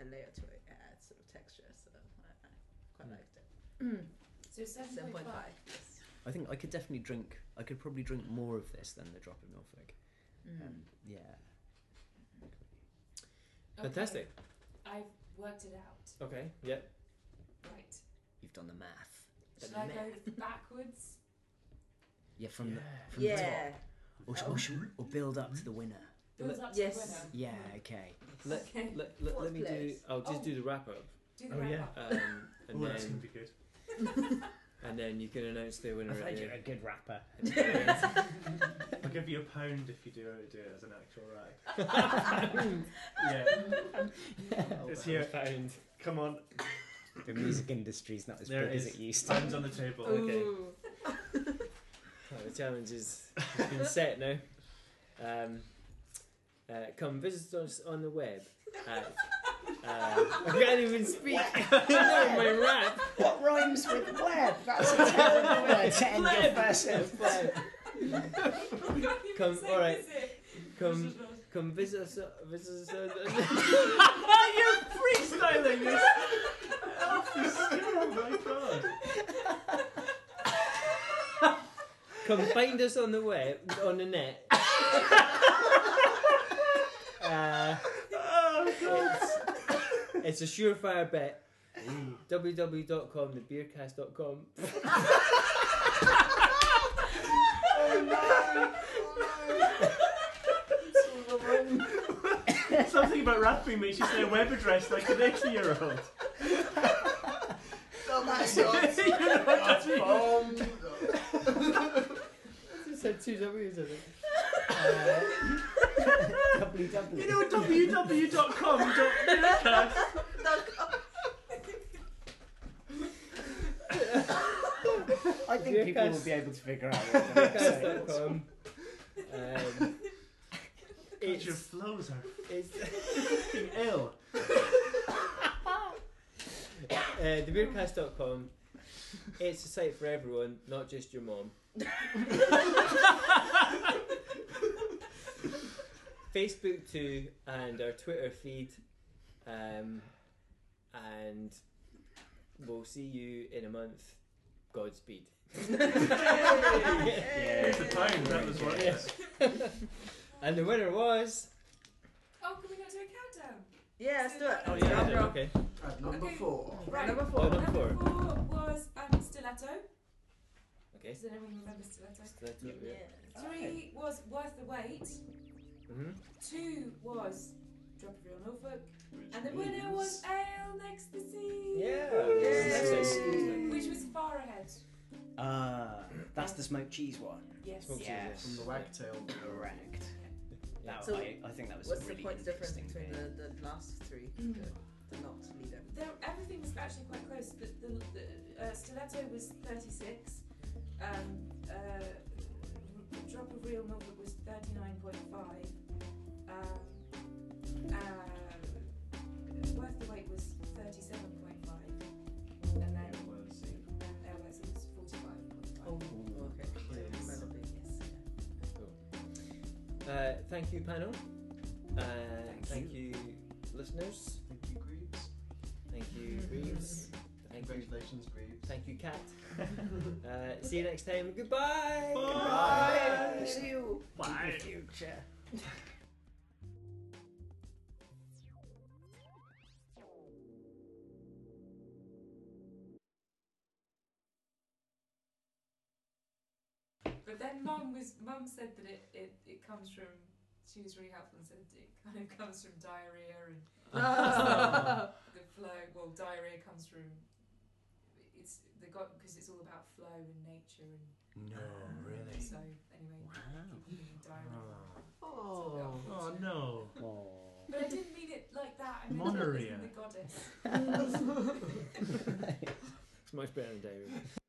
[SPEAKER 6] a layer to it. It adds sort of texture. So I, I quite
[SPEAKER 1] Mm.
[SPEAKER 5] Hmm.
[SPEAKER 6] liked it.
[SPEAKER 4] So seven
[SPEAKER 6] Seven
[SPEAKER 4] point
[SPEAKER 6] point
[SPEAKER 4] five.
[SPEAKER 6] five. Yes.
[SPEAKER 5] I think I could definitely drink. I could probably drink more of this than the drop of Norfolk.
[SPEAKER 6] Mm.
[SPEAKER 5] Um, yeah.
[SPEAKER 4] Okay,
[SPEAKER 1] Fantastic.
[SPEAKER 4] I've worked it out.
[SPEAKER 1] Okay. Yeah.
[SPEAKER 4] Right.
[SPEAKER 5] You've done the math.
[SPEAKER 4] Should I go backwards?
[SPEAKER 5] Yeah, from the from
[SPEAKER 6] yeah.
[SPEAKER 5] the top. Or, sh- or, sh- or build up to the winner.
[SPEAKER 4] Builds
[SPEAKER 1] Let-
[SPEAKER 4] up to the
[SPEAKER 6] Yes.
[SPEAKER 4] winner.
[SPEAKER 5] Yeah. Okay.
[SPEAKER 1] Let,
[SPEAKER 4] Okay.
[SPEAKER 1] let, let,
[SPEAKER 6] Fourth
[SPEAKER 1] let me do.
[SPEAKER 6] place.
[SPEAKER 1] I'll just
[SPEAKER 4] Oh.
[SPEAKER 1] do the wrap up,
[SPEAKER 4] Do the
[SPEAKER 3] Oh,
[SPEAKER 4] wrap
[SPEAKER 3] yeah.
[SPEAKER 4] up.
[SPEAKER 1] um, and
[SPEAKER 3] Oh, that's gonna
[SPEAKER 1] then
[SPEAKER 3] be good.
[SPEAKER 1] and then you can announce the winner. at the-
[SPEAKER 5] good rapper.
[SPEAKER 3] I'll give you a pound if you do do it as an actual rack. yeah,
[SPEAKER 1] Oh,
[SPEAKER 3] it's here.
[SPEAKER 1] Pound.
[SPEAKER 3] Come on,
[SPEAKER 5] The music industry's not
[SPEAKER 3] as There big it as is. it
[SPEAKER 5] used
[SPEAKER 3] pounds on the table.
[SPEAKER 1] Okay.
[SPEAKER 6] Ooh.
[SPEAKER 1] Oh, the challenge is has been set now. Um, uh, come visit us on the web. At, uh, I can't even speak. I know my rap.
[SPEAKER 5] What rhymes with web? That's a terrible way to end your
[SPEAKER 1] Web.
[SPEAKER 5] first
[SPEAKER 4] We can't even
[SPEAKER 1] Come-
[SPEAKER 4] say
[SPEAKER 1] all right.
[SPEAKER 4] visit.
[SPEAKER 1] Come, come visit us. Visit us. On
[SPEAKER 3] Freestyling this. oh my god.
[SPEAKER 1] come find us on the web, on the net. Oh, uh,
[SPEAKER 3] Oh god.
[SPEAKER 1] it's a surefire bet. www.com,
[SPEAKER 4] Oh,
[SPEAKER 3] Something about rapping makes you say a web address like an 80 year old.
[SPEAKER 1] I just said two W's in it. Uh,
[SPEAKER 3] You know www.com. dot
[SPEAKER 5] I
[SPEAKER 1] think people will be
[SPEAKER 5] able to figure out
[SPEAKER 1] Beercast.com. Um,
[SPEAKER 3] God,
[SPEAKER 1] it's,
[SPEAKER 3] your flows are
[SPEAKER 1] it's,
[SPEAKER 3] fucking ill.
[SPEAKER 1] Uh, thebeercast.com. It's a site for everyone, not just your mom. Facebook too, and our Twitter feed. Um, and we'll see you in a month. Godspeed.
[SPEAKER 3] Here's the pound. That was worth it.
[SPEAKER 1] And the winner was.
[SPEAKER 4] Oh, can we not do a countdown?
[SPEAKER 6] Yeah, let's do it.
[SPEAKER 4] Oh,
[SPEAKER 1] yeah,
[SPEAKER 6] Rob,
[SPEAKER 1] yeah,
[SPEAKER 6] Rob.
[SPEAKER 1] okay.
[SPEAKER 2] At number
[SPEAKER 4] Okay.
[SPEAKER 2] four.
[SPEAKER 4] Right.
[SPEAKER 6] Number
[SPEAKER 1] Oh,
[SPEAKER 6] four.
[SPEAKER 1] number
[SPEAKER 4] Number
[SPEAKER 1] four.
[SPEAKER 4] four was um, stiletto.
[SPEAKER 1] Okay.
[SPEAKER 4] Does anyone remember stiletto? Three
[SPEAKER 5] Okay.
[SPEAKER 4] was worth the wait.
[SPEAKER 1] Mm-hmm.
[SPEAKER 4] Two was drop of real Norfolk.
[SPEAKER 2] Which
[SPEAKER 4] And the winner was ale next to sea.
[SPEAKER 1] Yeah.
[SPEAKER 6] Yay.
[SPEAKER 4] Which was far ahead.
[SPEAKER 5] Ah, that's the smoked cheese one.
[SPEAKER 4] Yes.
[SPEAKER 1] Smoked
[SPEAKER 5] Yes.
[SPEAKER 2] From the wagtail.
[SPEAKER 5] Correct. That,
[SPEAKER 6] So,
[SPEAKER 5] I, I think that was
[SPEAKER 6] What's
[SPEAKER 5] a
[SPEAKER 6] the
[SPEAKER 5] really
[SPEAKER 6] point difference
[SPEAKER 5] interesting
[SPEAKER 6] between
[SPEAKER 5] bit.
[SPEAKER 6] the, the last three?
[SPEAKER 4] Mm.
[SPEAKER 6] The, the not leader.
[SPEAKER 4] There, everything was actually quite close, but the, the uh, stiletto was 36. Um, uh, r- drop of real Norfolk was 39.5. Um, uh, worth the wait was 37.5. And then um, airways it was 45.5.
[SPEAKER 6] Oh, okay. So
[SPEAKER 1] Yes.
[SPEAKER 6] that'll be-
[SPEAKER 4] Yes.
[SPEAKER 1] Uh, thank you, panel. Uh,
[SPEAKER 5] Thank
[SPEAKER 1] thank you, listeners.
[SPEAKER 2] Thank you, Greaves.
[SPEAKER 1] Thank you,
[SPEAKER 6] Mm-hmm.
[SPEAKER 1] Reeves. Thank you,
[SPEAKER 2] Congratulations, Greaves.
[SPEAKER 1] thank you, Kat. Uh, see you next time. Goodbye.
[SPEAKER 3] Bye.
[SPEAKER 1] Goodbye.
[SPEAKER 5] See you in
[SPEAKER 3] Bye.
[SPEAKER 5] the future.
[SPEAKER 4] But then mum was mum said that it, it, it comes from she was really helpful and said it kind of comes from diarrhea and
[SPEAKER 1] Ah.
[SPEAKER 4] the flow. Well, diarrhea comes from it's the got because it's all about flow and nature and
[SPEAKER 3] No, really.
[SPEAKER 4] so anyway.
[SPEAKER 5] Wow.
[SPEAKER 4] people think diarrhea.
[SPEAKER 2] Oh.
[SPEAKER 3] Oh no.
[SPEAKER 5] Aw.
[SPEAKER 4] But I didn't mean it like that. I meant it as in
[SPEAKER 3] Monorrhea.
[SPEAKER 4] the goddess.
[SPEAKER 1] It's much better than David.